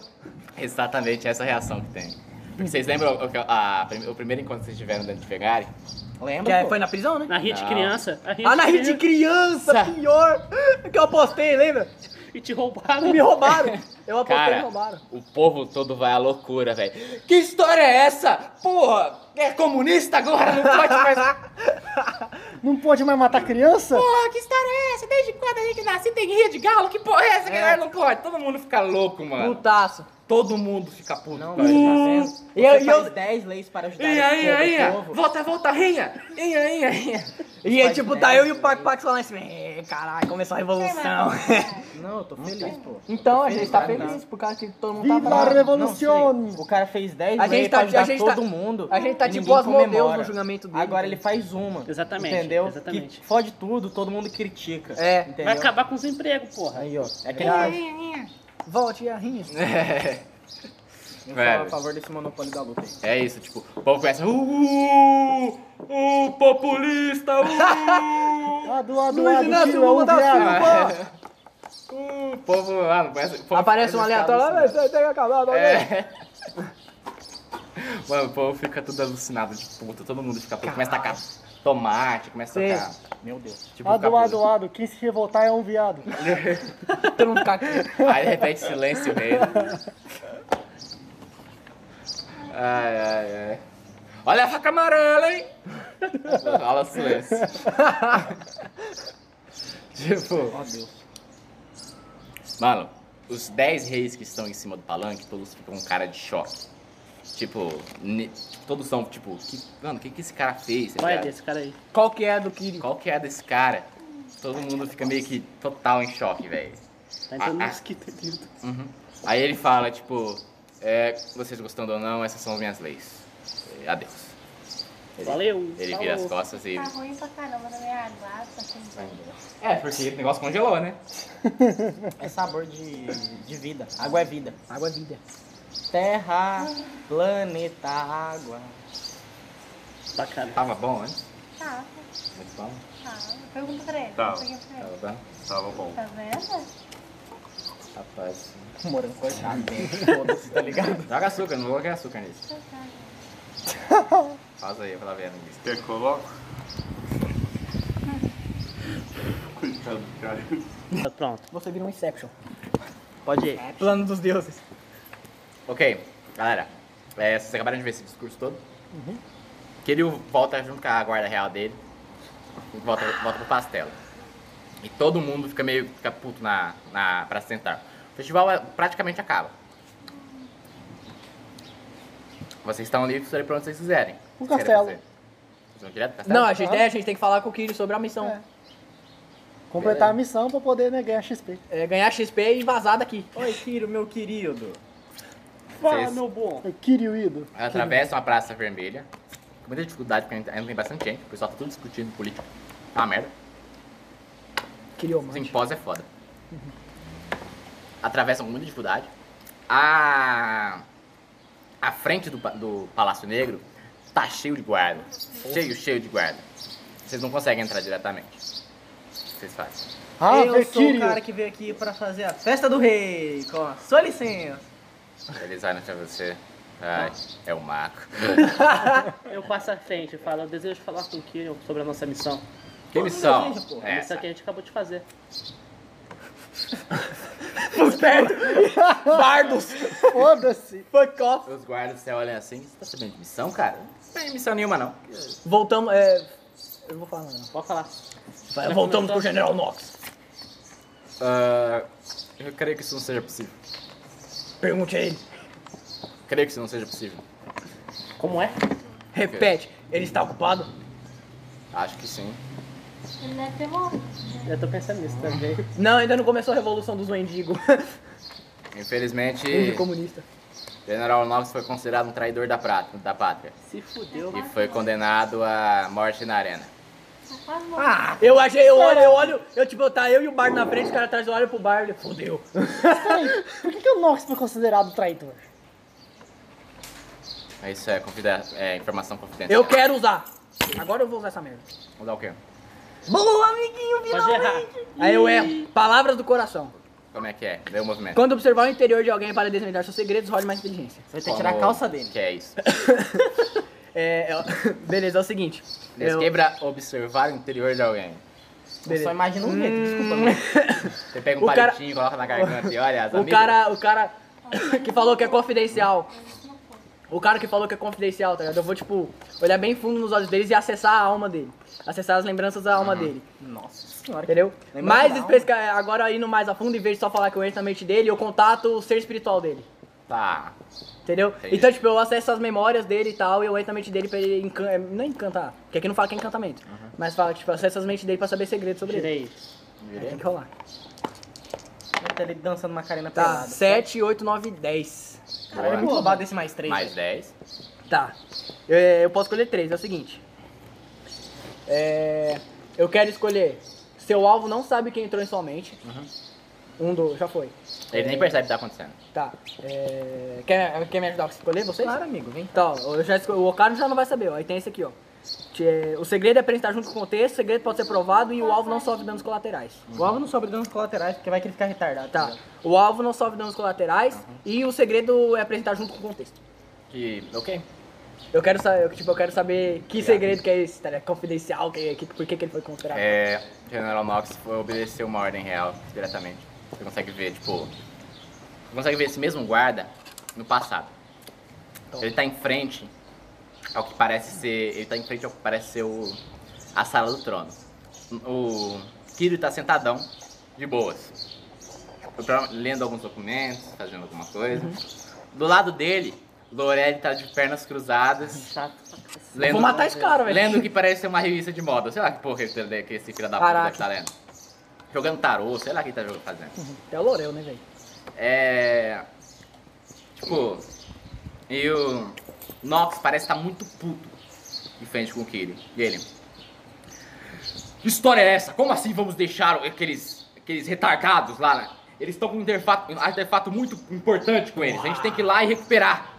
A: Exatamente essa reação que tem. Porque vocês lembram o, que- a- o primeiro encontro que vocês tiveram dentro de Ferrari?
E: Que
D: lembra?
E: é- foi na prisão, né?
C: Na rinha de
A: Não.
C: criança. A rinha
E: Ah, na rir de
C: criança.
E: criança,
A: Nossa.
E: pior! É Que eu apostei, lembra?
C: E te roubaram.
E: Me roubaram. Eu apostei e me
A: Cara,
E: roubaram.
A: o povo todo vai à loucura, velho. Que história é essa? Porra, é comunista agora? Não pode mais.
B: Não pode mais matar criança?
A: Porra, que história é essa? Desde quando a gente nasce tem ria de galo? Que porra é essa, galera? Não pode. Todo mundo fica louco, mano.
E: Putaço.
A: Todo mundo fica puto.
E: Não,
A: cara.
E: mas
D: Hum.
E: tá vendo? E
D: Você
E: eu, e
D: faz
E: eu,
D: 10 leis para ajudar
A: Inha,
D: o
A: inha,
D: povo,
A: inha.
D: povo.
A: Volta, volta, rinha. Inha, inha, inha.
E: e é, tipo, tá eu e o
D: né?
E: Pac Pac falando assim, "É, caralho, começou a revolução.
D: Não, eu tô feliz, pô.
E: Então, a gente tá
D: Feliz,
E: feliz por causa que todo mundo tá
B: Viva a
E: bravo.
B: revolução!
D: O cara fez 10
E: A
D: leis
E: gente tá-
D: pra ajudar
E: a gente tá-
D: todo mundo.
E: a gente tá
D: e
E: tipo
D: ninguém
E: Asmodeus no
D: comemora.
E: julgamento dele.
D: Agora ele faz uma.
C: Exatamente,
D: Entendeu?
C: exatamente.
D: Que fode tudo, todo mundo critica.
E: É.
D: Entendeu?
C: Vai acabar com os empregos, porra.
D: Aí, ó. É aquele
E: Verdade. Volte a rinha.
D: Eu sou
A: Velho.
D: a favor desse monopólio da luta aí.
A: É isso, tipo, o povo começa. Uh, uh, populista, uh.
B: Adu, adu,
E: Luiz
B: adu,
E: Inácio
B: tiro, é um
E: Lula da
B: viado.
A: É.
E: Silva!
A: Uh, o povo lá, não parece. o povo
E: Aparece
A: faz
E: um
A: os
E: aleatório lá,
A: caras
E: velho, tem que acabar, vai ver."
A: É. Mano, o povo fica tudo alucinado de puta, todo mundo fica puto. Começa a tacar tomate, começa a tacar.
D: Meu Deus.
A: Tipo,
B: Adu,
A: ficar
B: adu,
A: puto.
B: adu, quem se revoltar é um viado.
E: Todo mundo fica aqui.
A: Aí de repente silêncio nele. Ai, ai, ai. Olha a faca amarela, hein? Fala silêncio. tipo.
D: Ó Deus.
A: Mano, os 10 reis que estão em cima do palanque, todos ficam com cara de choque. Tipo, ne- todos são, tipo, que, mano, o que, que esse cara fez? tá
C: Vai
A: ligado?
C: desse cara aí.
E: Qual que é do Kirio?
A: Qual que é a desse cara? Todo mundo fica meio que total em choque, velho.
C: Tá entrando
A: Ah, ah.
C: mosquito dentro.
A: Uhum. Aí ele fala, tipo, é, vocês gostando ou não, essas são as minhas leis. É, Adeus. Ele,
C: Valeu.
A: Ele vira as
C: falou.
A: costas e.
F: Tá ruim pra caramba na minha água. Ah, tá com-
A: É, porque o negócio congelou, né?
D: É sabor de, de vida. Água é vida.
E: Água é vida.
D: Terra, planeta, água.
C: Bacana.
A: Tava bom, né?
F: Tá,
A: Muito bom.
F: tá. Pergunta pra ele.
G: Tá.
F: Pergunta pra ele.
A: Tava bom.
G: Tava bom.
F: Tá vendo?
A: Rapaz.
D: Morango cortado, velho. Foda-se, tá ligado?
A: Joga açúcar, não vou colocar açúcar nisso. Faz aí, pra ver a linguiça.
G: Quer que coloque? Coitado do cara.
C: Tá Pronto.
E: Você vira um Inception.
C: Pode ir.
E: Plano dos deuses.
A: Ok, galera. É, vocês acabaram de ver esse discurso todo? Uhum. Kiryu volta junto com a guarda real dele. e Volta, volta pro castelo. E todo mundo fica meio fica puto na, na, pra se sentar. O festival é- praticamente acaba. Vocês estão livres para ir pra onde vocês quiserem.
B: Pro
D: Um
A: Vocês querem
B: castelo.
A: fazer? Vocês vão direto pro castelo?
E: Não, a gente, é, a gente tem que falar com o Kirio sobre a missão.
B: É. Completar a missão pra poder né, ganhar XP.
E: É, ganhar XP e vazar daqui.
D: Oi, Kiro, meu querido.
C: Fala,
A: Vocês-
C: meu bom.
B: Eu queria É o ido.
A: Ela atravessa uma praça vermelha. Com muita dificuldade, porque ainda tem bastante gente. O pessoal tá tudo discutindo política. Tá uma merda.
E: Kirio,
A: Os
E: mano.
A: impós é foda. Atravessam com muita dificuldade. A... A frente do, pa- do Palácio Negro tá cheio de guarda. Cheio, cheio de guarda. Vocês não conseguem entrar diretamente. Vocês fazem.
B: Ah,
E: eu sou o
B: Valkyrie.
E: cara que veio aqui pra fazer a festa do rei, com a sua licença.
A: Eles olham pra você. Ai, é o Marco.
C: Eu passo à frente e falo, eu desejo falar com o Kiron sobre a nossa missão.
A: Que missão?
C: A
A: É
C: missão
A: essa.
C: que a gente acabou de fazer.
E: Bardos!
B: Foda-se.
E: Fuck off!
A: Os guardas você olham assim. Você tá sabendo de missão, cara? Não tem missão nenhuma, não.
E: Voltamos, é... Eu não vou falar nada, não.
C: Pode falar.
E: Vai, Voltamos pro General Knox.
A: Ah, eu creio que isso não seja possível.
E: Pergunte a ele.
A: Creio que isso não seja possível.
E: Como é? Repete, ele está ocupado?
A: Acho que sim.
F: Ele deve ter morrido.
C: Eu tô pensando nisso tá também.
E: Não, ainda não começou a revolução dos mendigos.
A: Infelizmente,
E: Mundo comunista.
A: General Noves foi considerado um traidor da, prata, da pátria
C: Se fudeu.
A: e foi condenado à morte na arena.
F: Tá quase morto.
E: Ah, eu achei, eu olho, eu olho, eu tipo, tá eu e o Bardo na frente, os caras atrás olham pro Bardo, fodeu.
B: Peraí, por que, que o Nox foi considerado traidor?
A: Mas Isso é, confida- é informação confidencial.
E: Eu quero usar. Agora eu vou usar essa merda.
A: Vou dar o quê?
E: Boa, amiguinho,
C: Pode
E: finalmente.
C: errar.
E: Aí eu erro. Palavras do coração.
A: Como é que é? Deu o movimento.
E: Quando observar o interior de alguém para desvendar seus segredos, role mais inteligência.
D: Você vai ter que tirar a calça dele.
A: Que é isso.
E: É, é- beleza, é o seguinte. Eu-
A: Desquebra observar o interior de alguém.
D: Eu só
E: Beleza.
D: imagino um medo, desculpa, mas.
A: Você pega um
E: O cara-
A: palitinho, coloca na garganta e olha as
E: O
A: amigas.
E: cara, o cara que falou que é confidencial. O cara que falou que é confidencial, tá ligado? Eu vou, tipo, olhar bem fundo nos olhos deles e acessar a alma dele. Acessar as lembranças da alma dele.
D: Nossa senhora.
E: Entendeu?
D: Lembrança
E: Mais
D: da
E: especifica, agora indo mais a fundo, em vez de só falar que eu entro na mente dele, eu contato o ser espiritual dele.
A: Tá.
E: Entendeu?
A: Entendi.
E: Então, tipo, eu acesso as memórias dele e tal, e eu entro na mente dele pra ele encantar. Não encantar, porque aqui não fala que é encantamento. Mas fala, tipo, eu acesso as mentes dele pra saber segredos sobre ele.
C: Tirei.
E: Aí Tem que rolar.
D: Vai ter ele dançando Macarena
E: Tá,
D: pelada.
E: 7, 8, 9, 10.
D: Caralho, é muito roubado desse mais três.
A: Mais
D: velho.
A: 10.
E: Tá. Eu, eu posso escolher três, é o seguinte. É, eu quero escolher. Seu alvo não sabe quem entrou em sua mente. Um, dois, já foi.
A: Ele nem percebe o que tá acontecendo.
E: Tá. É, quer, quer me ajudar a escolher vocês?
D: Claro, amigo, vem.
E: Então, eu já escol- o Ocaron já não vai saber, ó. Aí tem esse aqui, ó. Que é- O segredo é apresentar junto com o contexto, o segredo pode ser provado e o alvo não sofre danos colaterais.
D: O alvo não sofre danos colaterais, porque vai que ele fica retardado.
E: Tá.
D: ligado?
E: O alvo não sofre danos colaterais
D: Uhum.
E: e o segredo é apresentar junto com o contexto.
A: Que. Ok.
E: Eu quero saber, eu, tipo, eu quero saber que segredo que é esse, tá ligado? Confidencial, que, que, por que, que ele foi considerado.
A: É. General Knox foi obedecer uma ordem real diretamente. Você consegue ver, tipo. Você consegue ver esse mesmo guarda no passado. Ele tá em frente ao que parece ser. Ele tá em frente ao que parece ser o. a sala do trono. O Kiri tá sentadão, de boas. Tipo, Pra- Lendo alguns documentos, fazendo alguma coisa. Do lado dele, Lorelli tá de pernas cruzadas.
D: Chato.
A: Lendo,
E: Vou matar esse cara, velho.
A: Lendo o que parece ser uma revista de moda. Sei lá que porra que ele- que esse filho da puta
E: Caraca.
A: deve tá lendo. Jogando tarô, sei lá o que ele tá jogando, fazendo.
E: É o Lorel, né, velho?
A: É. Tipo. E o. Nox parece estar muito puto de frente com o Kiri. E ele. Que história é essa? Como assim vamos deixar aqueles. aqueles retardados lá? né? Eles estão com um artefato, um artefato muito importante com eles. A gente tem que ir lá e recuperar.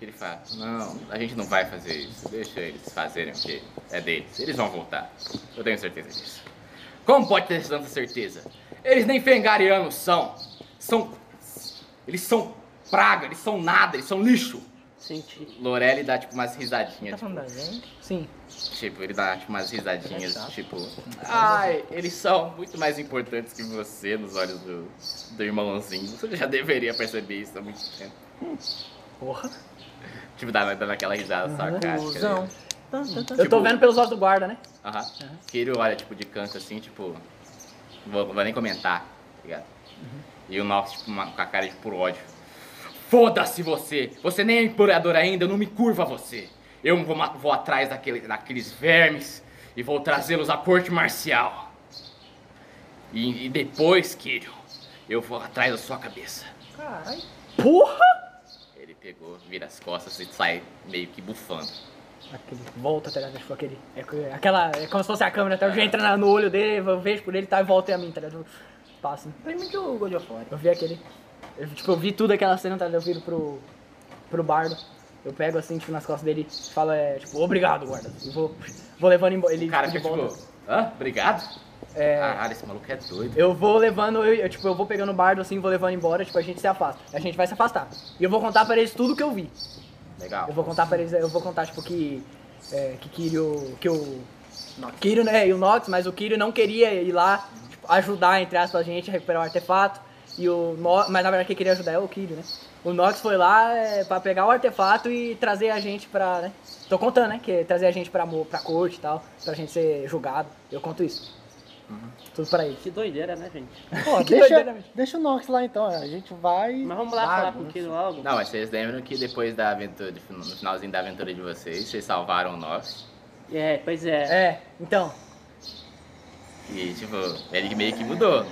A: Ele fala, não, a gente não vai fazer isso. Deixa eles fazerem o que é deles. Eles vão voltar. Eu tenho certeza disso. Como pode ter tanta certeza? Eles nem fengarianos são. São. Eles são praga, eles são nada, eles são lixo.
C: Senti.
A: Lorelli dá tipo umas
D: Tá
A: risadinhas.
D: falando da gente? É
E: Sim.
A: Tipo, tipo, ele dá tipo umas risadinhas, tipo.
D: tá
A: Ai, eles são muito mais importantes que você nos olhos do, do irmãozinho. Você já deveria perceber isso há muito tempo.
E: Porra.
A: Tipo, dá, dá aquela risada sarcástica.
D: Ilusão.
A: dele.
D: Tá, tá, tá.
E: Eu tô
A: Tipo-
E: vendo pelos olhos do guarda, né?
A: Aham. Kiro olha, tipo, de canto assim, tipo. Não vou, não vou nem comentar, tá ligado?
E: Uhum.
A: E o Nox, tipo, uma- com a cara de puro ódio. Foda-se você! Você nem é imperador ainda, eu não me curva você! Eu vou, ma- vou atrás daquele, daqueles vermes e vou trazê-los à corte marcial. E, e depois, Kiro, eu vou atrás da sua cabeça.
D: Caralho.
E: Porra!
A: Ele pegou, vira as costas e sai meio que bufando.
E: Aquele volta, tá ligado? Tipo, aquele. É, que- aquela. É como se fosse a câmera, tá? Eu já entro na- no olho dele, eu vejo por ele tá, e volta a mim, tá ligado? Passa. assim.
D: Primeiro que o Godofore.
E: Eu vi aquele. Eu, tipo, eu vi tudo aquela cena, tá ligado? Eu viro pro. pro bardo. Eu pego assim, tipo, nas costas dele e falo, é, tipo, obrigado, guarda. E vou, vou levando embora. Ele
A: O cara
E: de
A: fica
E: volta.
A: tipo, hã? Obrigado?
E: É.
A: Caralho, esse maluco é doido.
E: Eu vou levando, eu, eu, tipo, eu vou pegando o bardo assim, vou levando embora, tipo, a gente se afasta. A gente vai se afastar. E eu vou contar pra eles tudo que eu vi.
A: Legal.
E: Eu vou contar pra eles, eu vou contar, tipo, que. É, que Kirio. Que o. Kirio, né? E o Nox, mas o Kirio não queria ir lá tipo, ajudar, entre aspas, a gente a recuperar o artefato. E o Nox, mas na verdade quem queria ajudar é o Kirio, né? O Nox foi lá é, pra pegar o artefato e trazer a gente pra. Né? Tô contando, né? Que é trazer a gente pra, mo- pra corte e tal, pra gente ser julgado. Eu conto isso.
B: Tudo pra ele.
C: Que doideira, né, gente?
B: Pô, deixa, deixa o Nox lá então, a gente vai.
C: Mas vamos lá falar com o Kiro logo.
A: Não, mas vocês lembram que depois da aventura, de- no finalzinho da aventura de vocês, vocês salvaram nós.
C: É, pois é.
E: É, então.
A: E, tipo, ele meio que mudou.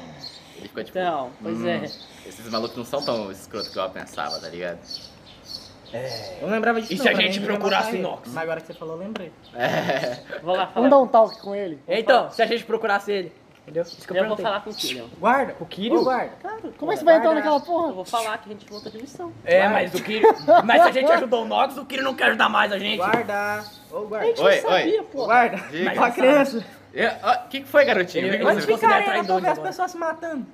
A: Ele ficou tipo.
C: Então, pois é.
A: Esses malucos não são tão escroto que eu pensava, tá ligado?
D: Eu não lembrava disso.
A: E se
D: não,
A: a
D: pra
A: gente
D: mim, eu ia
A: procurasse
D: matar ele.
A: Nox?
D: Mas agora que você falou, eu lembrei.
A: É.
C: Vou lá falar.
B: Vamos dar um talk com ele.
E: Então, se a gente procurasse ele, entendeu? Isso que eu,
C: Eu vou
E: perguntei.
C: falar com o Kiro.
D: Guarda.
B: O Kirio?
D: guarda.
B: Como é que você vai entrar naquela
C: Eu
B: porra?
C: vou falar que a gente volta de missão.
E: É, mas o Kiro. Mas se a gente ajudou o Nox, o Kiro não quer ajudar mais a gente.
D: Guarda. Ô,
C: A
D: guarda.
C: gente
A: Oi,
C: não sabia, pô.
D: Guarda.
A: Diga.
E: né?
D: Uma criança.
A: E, ó, O que, que foi, garotinho?
E: Ele-
A: O que que
E: ele-
D: Onde
A: você-
E: Considera
D: fica a arena pra
E: traidor
D: ver as
E: agora.
D: pessoas se matando?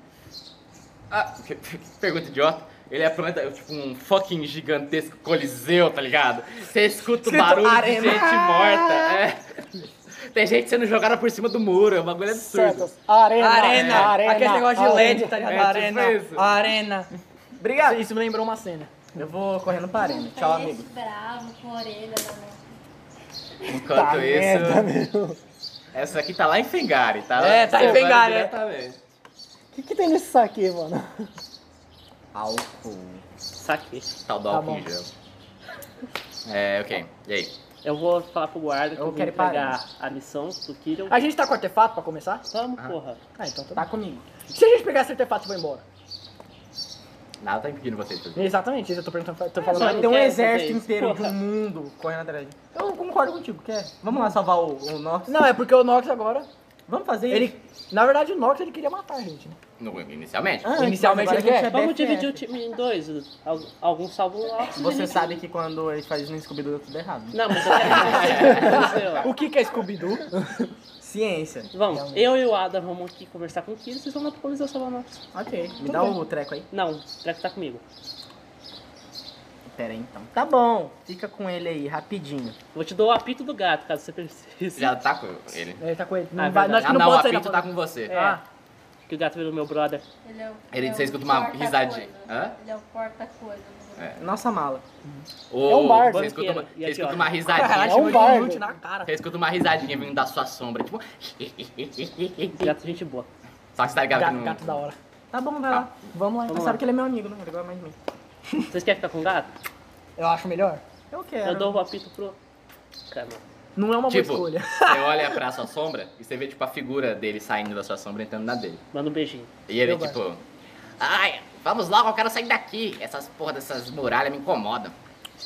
A: Ah, que- que pergunta idiota. Ele é planta, tipo um fucking gigantesco coliseu, tá ligado? Você escuta o
D: Escrito
A: barulho
D: arena.
A: de gente morta. É. Tem gente sendo jogada por cima do muro, é um bagulho absurdo.
B: Certo. É Arena.
E: Arena! Aquele negócio de
B: arena.
E: LED, tá ligado?
A: É, tipo
E: arena!
A: isso.
E: Arena!
D: Obrigado.
E: Isso me lembrou uma cena.
D: Eu vou correndo pra arena. Tchau, amigo.
F: tá bravo, com a orelha na mão.
A: Enquanto
B: Tá
A: isso. Essa aqui tá lá em Fengari, tá?
E: É, tá em
A: Você vai
E: Fengari, é.
A: diretamente.
B: O que, que tem nesse saque, aí, mano?
A: Álcool.
C: Saquei.
A: Tal do
B: Tá
A: álcool
B: bom.
A: em gel. É, ok. E aí?
C: Eu vou falar pro guarda que
D: Eu
C: eu vou
D: quero ir pra
C: entregar a missão do Kiro.
E: A gente tá com artefato pra começar?
C: Vamos, porra.
E: Ah, então tá bom.
D: Tá comigo.
E: Se a gente pegar esse artefato e for embora.
A: Nada tá impedindo vocês de fazer.
E: Exatamente, isso eu tô perguntando. Tô
C: Só
E: falando.
C: não
D: Tem um
C: quero
D: exército
C: vocês,
D: inteiro
C: é porra.
D: do mundo correndo atrás de mim. Eu concordo contigo, quer? Vamos lá salvar o, o nosso.
E: Não, é porque o Nox agora.
D: Vamos fazer
E: Ele.
D: isso.
E: Na verdade, o Nox ele queria matar a gente, né?
A: No, inicialmente.
B: Ah.
D: Antes,
E: inicialmente
D: agora
E: ele
D: a gente
E: quer.
D: é
C: Vamos
D: BFF.
C: dividir o time em dois. Al- Alguns salvam o Alves.
D: Você sabe que quando eles fazem no Scooby-Doo dá tudo errado.
C: Não, mas eu quero que você- você.
E: O que que é Scooby-Doo?
D: Ciência.
C: Vamos, eu e o Adam vamos aqui conversar com o Kiro. Vocês vão lá pro Coliseu salvar nós.
D: Ok. Me dá o treco aí.
C: Não, o Treco tá comigo.
D: Pera aí, então. Tá bom. Fica com ele aí, rapidinho.
C: Vou te dar o apito do gato, caso você precise.
A: Já tá com ele.
E: Ele tá com ele. Não
C: Ah, é
E: vai,
C: verdade.
E: nós
A: Ah,
E: que não,
A: não, o
E: pode sair da
A: apito tá
E: porta.
A: com você.
C: É.
E: Ah.
C: Que o gato virou meu brother.
F: Ele é o.
A: Ele-
F: é
A: você
F: o
A: escuta uma
F: porta-coisa.
A: risadinha. Hã?
F: Ele é o porta-coisa.
A: É.
D: Nossa mala.
A: Ô,
B: É um bardo.
A: Você escuta uma,
C: Banqueiro. E
A: você escuta
C: aqui, ó.
A: uma
B: É
A: risadinha.
B: um bardo.
E: na cara.
A: Você escuta uma risadinha vindo da sua sombra, tipo.
C: Que gato é gente boa.
A: Só que você tá ligado que
E: Gato,
A: não.
E: gato da hora.
D: Tá bom, vai lá. Vamos lá. Você
C: Vamos lá.
D: sabe que ele é meu amigo, né? Ele gosta mais de mim.
C: Vocês querem ficar com o gato?
E: Eu acho melhor.
D: Eu quero.
C: Eu dou o apito pro. Cara,
E: Não é uma
A: Tipo,
E: boa escolha.
A: você olha pra sua sombra e você vê, tipo, a figura dele saindo da sua sombra e entrando na dele.
C: manda um beijinho.
A: E ele,
E: Meu
A: tipo. Ai, vamos logo, eu quero sair daqui. Essas porra dessas muralhas me incomodam.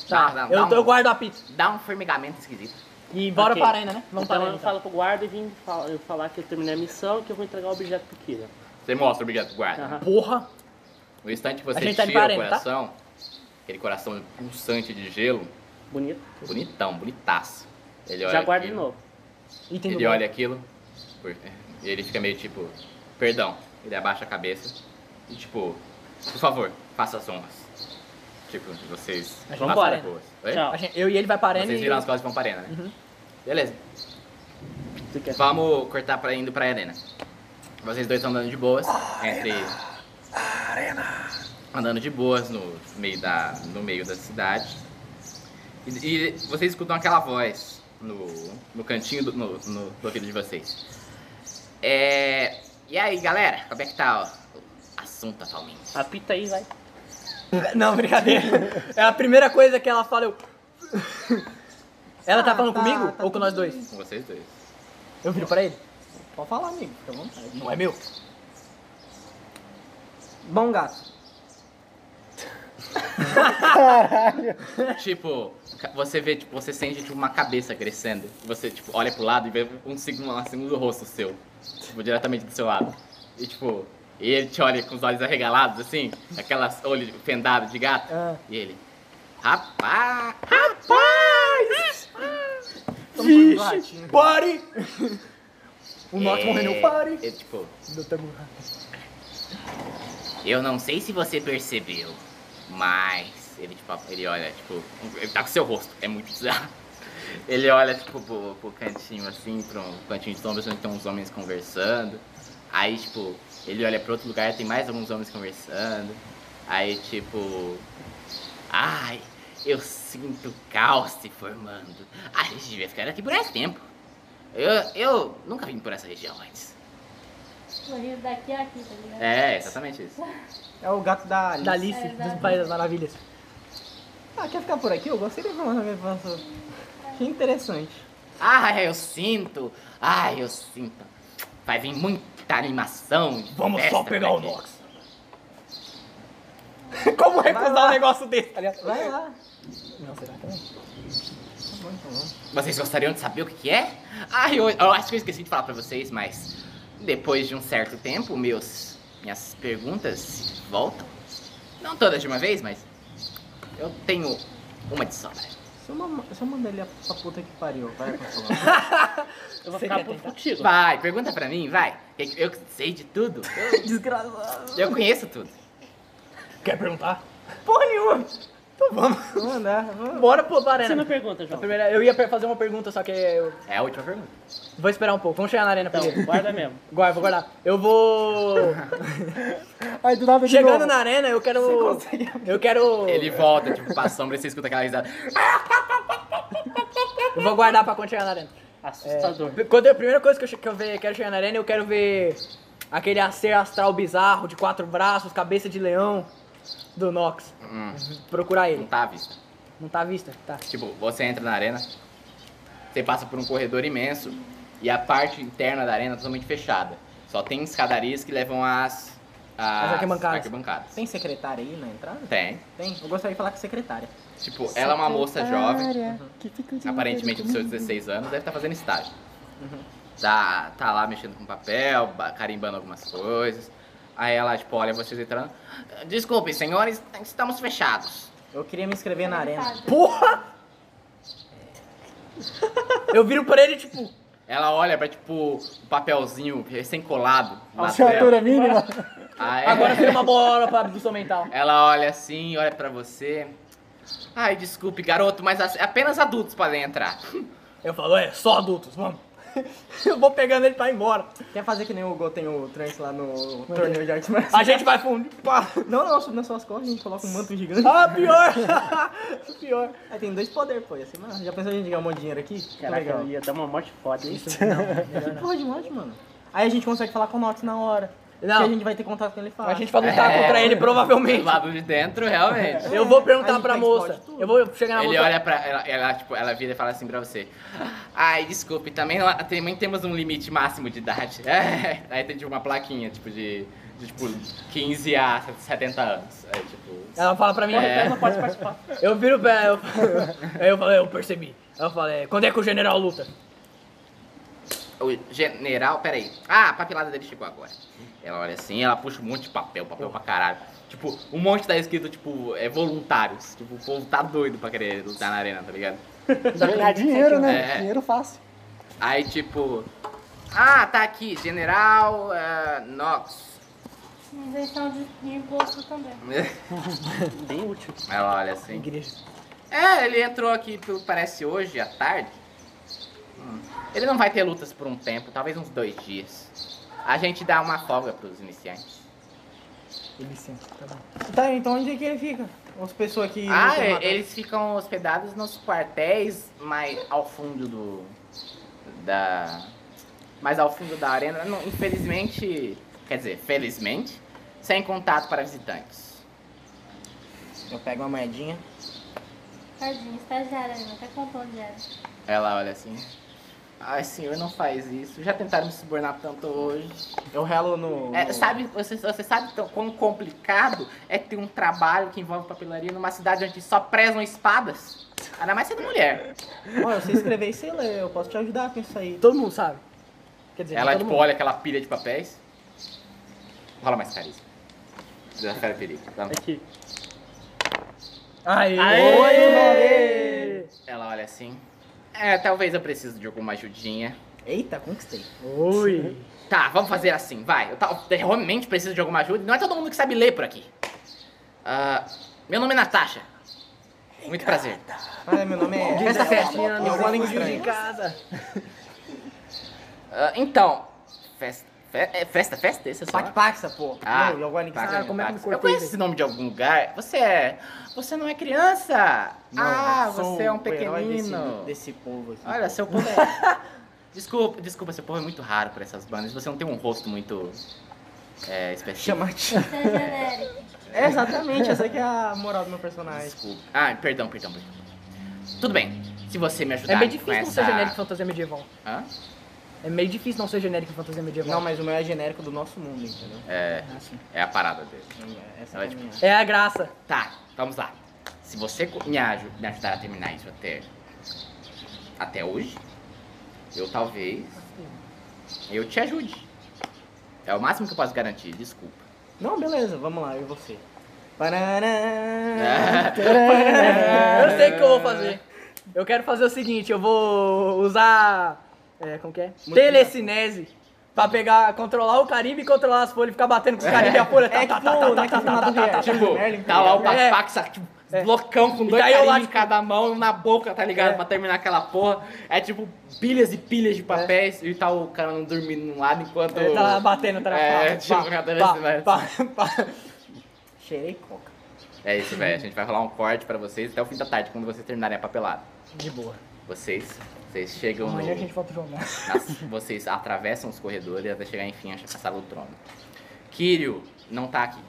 E: Tá,
A: dá, dá
E: eu,
A: um,
E: eu guardo o apito.
A: dá um formigamento esquisito.
E: E bora
C: Ok.
E: para a arena, né? Vamos para a
C: então
E: arena.
C: eu falo pro guarda e vim fal- eu falar que eu terminei a missão e que eu vou entregar o objeto pro Kira.
A: Você mostra o objeto, guarda.
C: Aham.
E: Porra!
A: No instante que
E: A
A: você
E: gente tá
A: tira
E: indo
A: o
E: pra arena, tá?
A: coração, aquele coração pulsante de gelo,
C: Bonito.
A: bonitão, bonitaço. Ele olha
C: Já guarda de
A: aquilo,
C: novo.
E: Item
A: Ele
E: do
A: olha aquilo, por- e ele fica meio tipo, perdão. Ele abaixa a cabeça e tipo, por favor, faça as honras. Tipo, vocês.
E: Mas
A: façam
C: vambora.
A: as boas. Oi?
C: Tchau. Uhum.
E: A gente- eu e ele vai pra arena
A: Vocês
E: e...
A: viram as costas e vão pra arena, né? Beleza.
C: Você quer-
A: Vamos cortar pra indo pra arena. Vocês dois estão andando de boas. Entre. Arena! Andando de boas no meio da, no meio da cidade. E, e vocês escutam aquela voz no, no cantinho do, no, no, do ouvido de vocês. É. E aí, galera? Como é que tá o o assunto atualmente?
C: Apita aí, vai.
E: Não, brincadeira. É a primeira coisa que ela fala, eu... Ela tá falando
D: tá,
E: comigo
D: tá
E: ou com
D: tudo
E: nós dois?
A: Com vocês dois.
E: Eu viro pra ele.
D: Pode falar, amigo. Fica à vontade.
E: Não é meu.
D: Bom, gato.
A: Tipo, ca- você vê, tipo, você sente tipo, uma cabeça crescendo. Você, tipo, olha pro lado e vê um segundo, um segundo rosto seu. Tipo, diretamente do seu lado. E tipo, e ele te olha com os olhos arregalados, assim, aquelas olhos fendados de gato.
E: Ah.
A: E ele. Rapaz! Rapaz!
E: Vixe, pare! O Nox
A: É,
E: morrendo, pare!
A: é, tipo,
E: Do Tamurra.
A: eu não sei se você percebeu, mas. Ele, tipo, ele olha, tipo. Ele tá com seu rosto, é muito bizarro. Ele olha, tipo, pro, pro cantinho assim, pro cantinho de sombras onde tem uns homens conversando. Aí, tipo, ele olha pra outro lugar, tem mais alguns homens conversando. Aí, tipo. Ai, eu sinto o caos se formando. A gente devia ficar aqui por mais tempo. Eu, eu nunca vim por essa região antes.
F: correndo daqui a aqui, tá ligado?
A: É, exatamente isso.
D: É o gato da Alice.
E: Da Alice,
F: É,
E: dos
F: exato.
E: País das Maravilhas. Ah, quer ficar por aqui? Eu gostei de falar minha infância. Achei interessante.
A: Ah, eu sinto. Ah, eu sinto. Vai vir muita animação. e festa pra aqui.
E: Como recusar um negócio desse, tá ligado? Vai lá.
A: Vocês gostariam de saber o que, que é? Ah, eu, eu acho que eu esqueci de falar pra vocês, mas depois de um certo tempo, meus minhas perguntas voltam. Não todas de uma vez, mas eu tenho uma de sobra.
D: Se eu, mam- se eu mandar ele pra puta que pariu, vai consolar.
C: Eu vou ficar puto contigo.
A: Vai, pergunta pra mim, vai. Eu, eu sei de tudo. Eu,
E: Desgraçado.
A: eu conheço tudo.
E: Quer perguntar? Porra nenhuma. Então vamos.
D: Vou mandar, vou.
E: Bora pro
C: Você não
E: arena.
C: pergunta, João.
E: Primeira, né? eu ia per- fazer uma pergunta, só que eu
A: É a última pergunta.
E: vou esperar um pouco. Vamos chegar na arena
C: Então,
E: primeiro.
C: guarda mesmo.
E: Guarda, vou guardar. Eu vou.
B: Aí do nada de
E: Chegando
B: novo.
E: na arena, eu quero. Eu quero.
A: Ele volta, tipo, passa a sombra e você escuta aquela risada.
E: Eu vou guardar pra quando chegar na arena.
C: Assustador.
E: Quando a primeira coisa que eu, che- que eu ver, quero chegar na arena, eu quero ver aquele acer astral bizarro de quatro braços, cabeça de leão do Nox.
A: Hum,
E: Procurar
A: não
E: ele.
A: tá à vista.
E: Não tá à vista? Tá.
A: Tipo, você entra na arena, você passa por um corredor imenso e a parte interna da arena é totalmente fechada. Só tem escadarias que levam às. às
E: arquibancadas.
A: arquibancadas.
D: Tem secretária aí na entrada?
A: Tem.
D: Tem. Eu gostaria de falar com a secretária.
A: Tipo, ela é uma moça jovem,
B: Que fica de
A: aparentemente dos seus 16 anos, deve estar fazendo estágio. Tá, tá lá mexendo com papel, ba- carimbando algumas coisas. Aí ela, tipo, olha vocês entrando. Desculpem, senhores, estamos fechados.
D: Eu queria me inscrever na arena.
E: Porra! Eu viro pra ele, tipo,
A: Ela olha pra, tipo, o papelzinho recém-colado. na
B: Assinatura
A: tela.
B: mínima.
A: Ah, é.
E: agora vira uma bola pra abdução mental.
A: Ela olha assim, olha pra você. Ai, desculpe, garoto, mas as- apenas adultos podem entrar.
E: Eu falo, é, só adultos, vamos. Eu vou pegando ele pra ir embora.
D: Quer fazer que nem o Goten o Trunks lá no torneio de arte marcial?
E: A gente vai fundir. Pá.
D: Não, não, subindo nas suas costas, a gente coloca um manto gigante.
E: Ah, pior! pior.
D: Aí tem dois poderes, pô. ia ser massa. já pensou a gente ganhar um monte de dinheiro aqui? Que
C: Caraca,
D: legal.
C: eu ia dar uma morte foda, hein?
D: Que porra de morte, mano. Aí a gente consegue falar com o Nox na hora.
E: Não.
D: Porque a gente vai ter contato com ele fácil.
E: A gente vai lutar
D: É.
E: contra ele, provavelmente.
A: Do lado de dentro, realmente.
E: Eu vou perguntar
D: Aí
E: pra
D: tá,
E: moça.
D: explode tudo.
E: Eu vou chegar na
A: Ele
E: moça.
A: olha pra. Ela, ela, tipo, ela vira e fala assim pra você. Ai, desculpe, também, não, também temos um limite máximo de idade. Aí tem tipo, uma plaquinha, tipo, de, de tipo, 15 a 70 anos. Aí, tipo.
E: Ela fala pra mim.
A: É.
E: Não pode participar. Eu viro pra ela. eu- Aí eu falei, eu percebi. Aí eu falei, quando é que o general luta?
A: O general, peraí. Ah, a papelada dele chegou agora. Ela olha assim, ela puxa um monte de papel, papel pra caralho. Tipo, um monte tá escrito, tipo, é voluntários. Tipo, o povo tá doido pra querer lutar na arena, tá ligado?
B: Ganhar dinheiro, né?
A: É.
B: Dinheiro fácil.
A: Aí, tipo. Ah, tá aqui, general ah, Knox.
F: Não deixar de ir em bolso também.
C: é Bem útil.
A: Ela olha assim.
E: Igreja.
A: É, ele entrou aqui, pelo que parece hoje, à tarde. Hum. Ele não vai ter lutas por um tempo, talvez uns dois dias. A gente dá uma folga pros iniciantes.
E: Ele senta, tá bom.
D: Tá, então onde é que ele fica? As pessoas que...
A: ah,
D: não
A: é,
D: tem
A: eles ficam hospedados nos quartéis mais ao fundo do. da. mais ao fundo da arena. Não, infelizmente. quer dizer, felizmente, sem contato para visitantes.
D: nada. Eu pego uma moedinha.
F: Tadinho, estagiário ainda, até contou de era.
A: Ela olha assim. Ai, senhor, não faz isso. Já tentaram me subornar tanto hoje.
D: Eu relo no...
A: É,
D: no-
A: sabe, você, você sabe tão- quão complicado é ter um trabalho que envolve papelaria numa cidade onde só prezam espadas? Ainda mais sendo mulher.
D: Ó, eu sei escrever e sei ler. Eu posso te ajudar com isso aí.
E: Todo mundo sabe. Quer dizer,
A: Ela,
E: todo
A: tipo,
E: mundo.
A: olha aquela pilha de papéis. Rola mais carisma. Desafio perigo. tá? Vamos.
C: Aqui.
E: Aê!
D: Aê!
A: Ela olha assim. É, talvez eu precise de alguma ajudinha.
D: Eita, conquistei.
E: Oi!
A: Tá, vamos fazer assim, vai. Eu, tal- eu realmente preciso de alguma ajuda. Não é todo mundo que sabe ler por aqui. Ah, meu nome é Natasha. Muito prazer.
D: Ah, meu nome é...
A: Festa festa.
D: Em alguma
C: um
D: língua estranha.
E: casa.
A: Ah, então, festa, fe, é festa, festa? Esse é o seu nome?
D: Pac-Paxa, pô.
A: Ah,
D: Não, em alguma língua
A: Pac-
D: estranha.
E: como é que me
A: Pac-
E: cortei,
A: tá. Eu conheço
E: gente?
A: esse nome de algum lugar. Você é. Você não é criança!
D: Não,
A: ah,
D: eu sou
A: você é um
D: o herói
A: pequenino.
D: Desse, desse povo aqui.
A: Olha, seu povo é. Desculpa, desculpa, seu povo é muito raro pra essas bandas. Você não tem um rosto muito é, específico.
E: Chamativo.
F: Você é genérico.
E: É, exatamente, essa que é a moral do meu personagem.
A: Desculpa. Ah, perdão, perdão, perdão. Tudo bem. Se você me ajudar
E: É meio
A: com
E: difícil não
A: essa...
E: ser genérico em fantasia medieval.
A: Hã?
E: É meio difícil não ser genérico em fantasia medieval.
D: Não, mas o meu é genérico do nosso mundo, entendeu?
A: É,
E: Ah,
D: Assim.
A: é a parada dele.
D: Essa
A: Ela
D: é
A: é
D: a minha.
E: É a graça.
A: Tá, vamos lá. Se você co- me, aju- me ajudar a terminar isso até até hoje, eu talvez eu te ajude. É o máximo que eu posso garantir, desculpa.
D: Não, beleza, vamos lá, eu e você.
E: Eu sei o que eu vou fazer. Eu quero fazer o seguinte, eu vou usar. É, como que é? Telecinese. Pra pegar, controlar o Caribe e controlar as folhas e ficar batendo com os Caribe e a folha.
B: É,
E: Tá, tá, tá,
B: tipo,
E: tá,
B: né,
E: tá, tá, tá, tá, tá.
A: tipo, tá lá o
E: É.
A: Papaxa, tipo, loucão com dois
E: daí eu
A: carinhos
E: lá,
A: em
E: tipo,
A: cada mão, na boca, tá ligado?
E: É.
A: Pra terminar aquela porra. É tipo pilhas e pilhas de papéis e tá o cara não dormindo num lado enquanto.
E: Ele É. tá lá batendo atrás.
A: É,
E: pá,
A: tipo,
E: pá,
A: cada vez
E: pá,
A: mais.
E: pá, pá.
D: Cheirei coca.
A: É isso, velho. A gente vai rolar um corte pra vocês até o fim da tarde, quando vocês terminarem a papelada.
E: De boa.
A: Vocês. Vocês chegam no.
E: Amanhã a gente volta jogar.
A: Nas- vocês atravessam os corredores até chegar enfim à sala do trono. Kiryu não tá aqui.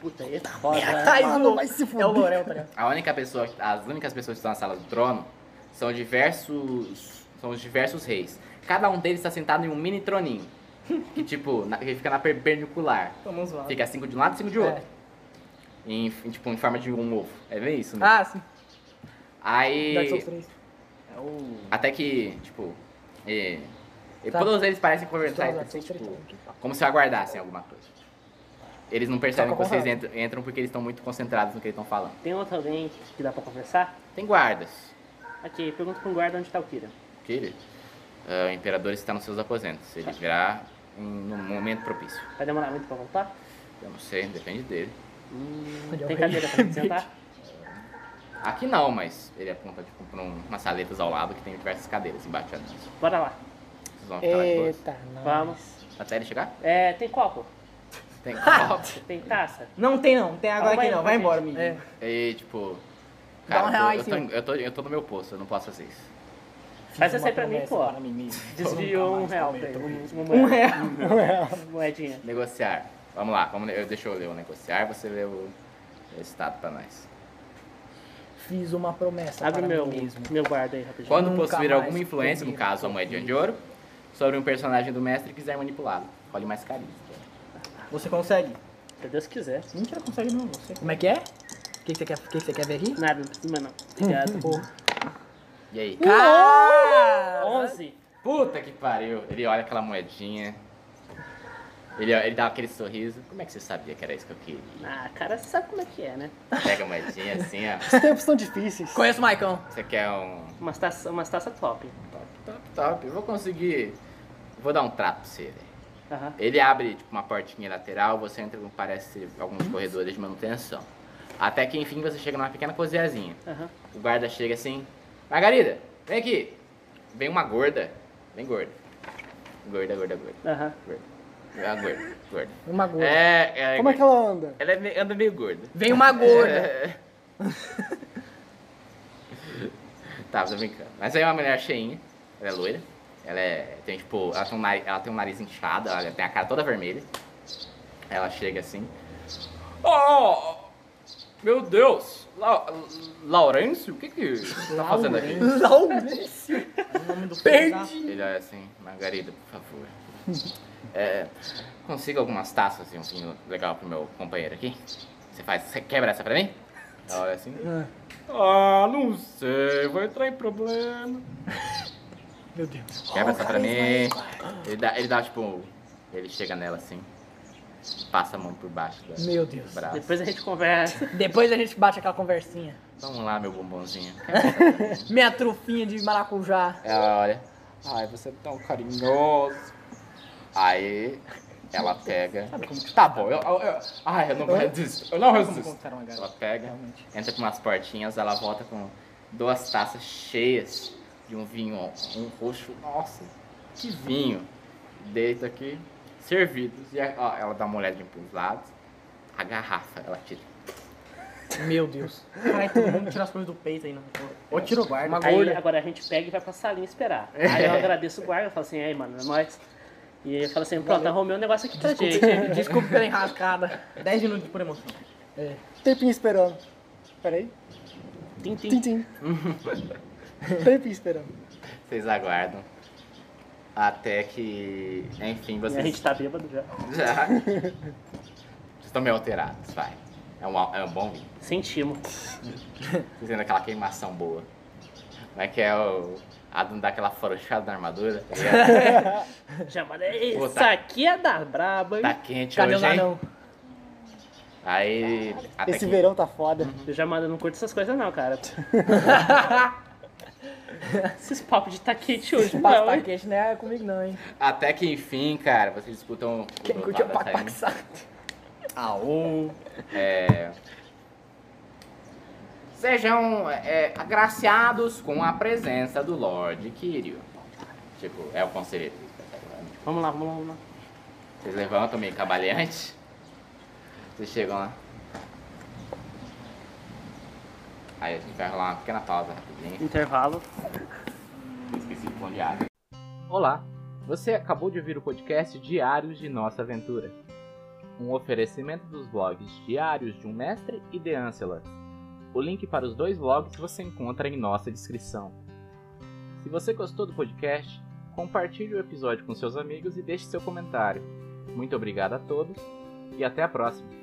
E: Puta, ele tá
B: Ah, não, vai se
E: É o
B: fuder.
E: Lorel, tá ligado?
A: A única pessoa, as únicas pessoas que estão na sala do trono são diversos, são os diversos reis. Cada um deles está sentado em um mini troninho, que tipo, na, que fica na perpendicular.
E: Vamos lá.
A: Fica cinco de um lado, cinco de outro.
E: É.
A: Em, em, tipo, em forma de um ovo. É bem isso, né?
E: Ah, sim. Dark Souls
A: Aí,
E: 3.
D: É o.
A: até que, tipo, e, e
E: Tá.
A: todos eles parecem conversar,
E: Dark Souls 3
A: tipo,
E: também.
A: Como se aguardassem alguma coisa. Eles não percebem
E: Tá
A: que
E: com
A: vocês
E: razão.
A: entram, entram porque eles estão muito concentrados no que eles estão falando.
C: Tem um outro alguém que dá pra conversar?
A: Tem guardas.
C: Aqui, pergunta pro guarda onde tá o Kira.
A: Que ele, ah, o imperador está nos seus aposentos. Ele virá em, num momento propício.
C: Vai demorar muito pra voltar?
A: Eu não sei, depende dele.
C: Hum,
E: Olha,
C: tem
E: o
C: cadeira pra me sentar?
A: Aqui não, mas ele aponta tipo, para umas saletas ao lado que tem diversas cadeiras embaixo. né? Vocês
C: Bora lá.
A: vão ficar lá de boas.
E: Eita, não.
C: Vamos.
A: Até ele chegar?
C: É, tem copo?
A: Tem copo.
C: Tem taça?
E: Não tem não, tem agora
C: Calma
E: aqui
C: aí,
E: não. Vai
C: gente.
E: embora, menino.
C: É.
A: E tipo.
E: Dá um
A: Cara,
E: real aí,
A: eu, tô, eu, tô, eu, tô, eu tô no meu posto, eu não posso fazer isso.
C: Faz essa aí
E: Uma
C: pra mim,
E: promessa
C: pô.
E: para mim mesmo.
C: Desviou um real pra ele. Um,
E: Um
C: real.
E: real.
B: é.
C: Uma moedinha.
A: Negociar. Vamos lá, vamos, eu, deixa eu ler o negociar, você lê o, o estado pra nós.
E: Fiz uma promessa
C: Abre
E: para
C: meu,
E: mim mesmo.
C: meu guarda aí rapidinho.
A: Quando
E: Nunca
A: possuir
E: mais
A: alguma influência, no
E: comigo,
A: caso a moedinha de ouro, sobre um personagem do mestre e quiser manipulá-lo. Olhe mais carisma.
D: Você consegue?
C: Se Deus quiser.
D: Mentira, consegue não, você.
E: Como é que é? O que, que você quer, o que, que você quer ver aqui?
C: Nada, não precisa mais não. Obrigado.
E: Hum.
A: E aí?
E: Uh! Cara!
C: 11.
A: Puta que pariu! Ele olha aquela moedinha. Ele, ele dá aquele sorriso. Como é que você sabia que era isso que eu queria?
C: Ah, cara, você sabe como é que é, né?
A: Pega a moedinha assim, ó.
B: Os tempos são difíceis.
E: Conheço o Maicon.
A: Você quer um.
C: Umas taças umas taça top.
A: Top, top, top. Eu vou conseguir. Vou dar um trato pra você, velho.
C: Aham.
A: Ele abre tipo, uma portinha lateral, você entra, como parece alguns
B: Uhum.
A: corredores de manutenção. Até que enfim você chega numa pequena cozinhazinha.
C: Aham.
A: O guarda chega assim: Margarida, vem aqui. Vem uma gorda. Vem gorda. Gorda, gorda, gorda.
C: Aham.
A: Gorda. Ah, gorda, gorda.
E: Uma gorda.
A: É, é,
B: Como é que ela anda?
A: Ela é me- anda meio gorda.
E: Vem uma gorda.
A: É. tá, tô brincando. Mas aí é uma mulher cheinha. Ela é loira. Ela é. Tem tipo. Ela tem um nariz, ela tem um nariz inchado, ela tem a cara toda vermelha. Ela chega assim. Oh! Meu Deus! La, Laurêncio? O que que você tá fazendo aqui?
E: Laurence. Perdi.
A: Ele olha assim, Margarida, por favor. É, consiga algumas taças e um vinho legal pro meu companheiro aqui? Você faz, você quebra essa pra mim? Ela olha assim. Ah, não sei, vai entrar em problema.
E: Meu Deus.
A: Quebra essa pra mim. Ele dá, ele dá tipo, ele chega nela assim, passa a mão por baixo da-
E: Meu
A: do
E: Deus.
A: braço.
C: Depois a gente conversa.
E: Depois a gente bate aquela conversinha.
A: Vamos um lá, meu bombonzinho.
E: Minha trufinha de maracujá.
A: Ela olha. Ai, você é tão carinhoso. Aí ela pega. Tá bom, eu, eu, eu- ai, eu não é? resisto. Eu não resisto. tá? Ela pega, entra com umas portinhas, ela volta com duas taças cheias de um vinho, um roxo. Nossa, que vinho. Deita aqui, servidos. E a- ó, ela dá uma olhadinha pros lados. A garrafa, ela tira.
E: Meu Deus.
D: Caralho, todo mundo tira as coisas do peito ainda. Ou tira o guarda.
C: Aí agora a gente pega e vai pra salinha esperar.
E: É.
C: Aí eu agradeço o guarda, eu falo assim, aí mano, é nóis. E ele fala assim, pronto, arrumei um negócio aqui pra gente.
D: Desculpa pela enrascada. 10 minutos por emoção.
B: Tempinho esperando. Peraí.
C: Tim, tim.
B: Tim, tim. Tempinho esperando.
A: Vocês aguardam. Até que. Enfim,
C: E a
A: vocês.
C: gente tá bêbado já.
A: Já. Vocês estão meio alterados, vai. É um, al- é um bom vinho.
C: Sentimos.
A: Vocês vendo aquela queimação boa. Como é que é o. A não dá aquela farochada na armadura, tá ligado?
C: Já mandei.
A: Pô,
C: Isso
A: tá-
C: aqui é da braba, hein?
A: Tá quente
E: Cadê o
A: hoje, hein?
E: anão?
A: Aí. Até
B: Esse
A: que-
B: verão tá foda.
C: Eu já mando, não curto essas coisas não, cara. Esses papos de tá quente hoje,
E: Passo
C: não,
E: tá
C: hein?
E: quente não é comigo não, hein?
A: Até que enfim, cara, vocês escutam. o
E: Quem
A: outro
E: curte é
A: lado da saída.
E: papaxá.
A: Aô. É... Sejam é, agraciados com a presença do Lorde Kirio. Tipo, é o conselheiro.
C: Vamos lá, vamos lá, vamos lá.
A: Vocês levantam meio cabalhante. Vocês chegam lá. Aí a gente vai rolar uma pequena pausa rapidinho.
C: Intervalo.
A: Esqueci de pão de água. Olá, você acabou de ouvir o podcast Diários de Nossa Aventura. Um oferecimento dos blogs Diários de um Mestre e The Ancelor. O link para os dois blogs você encontra em nossa descrição. Se você gostou do podcast, compartilhe o episódio com seus amigos e deixe seu comentário. Muito obrigado a todos e até a próxima.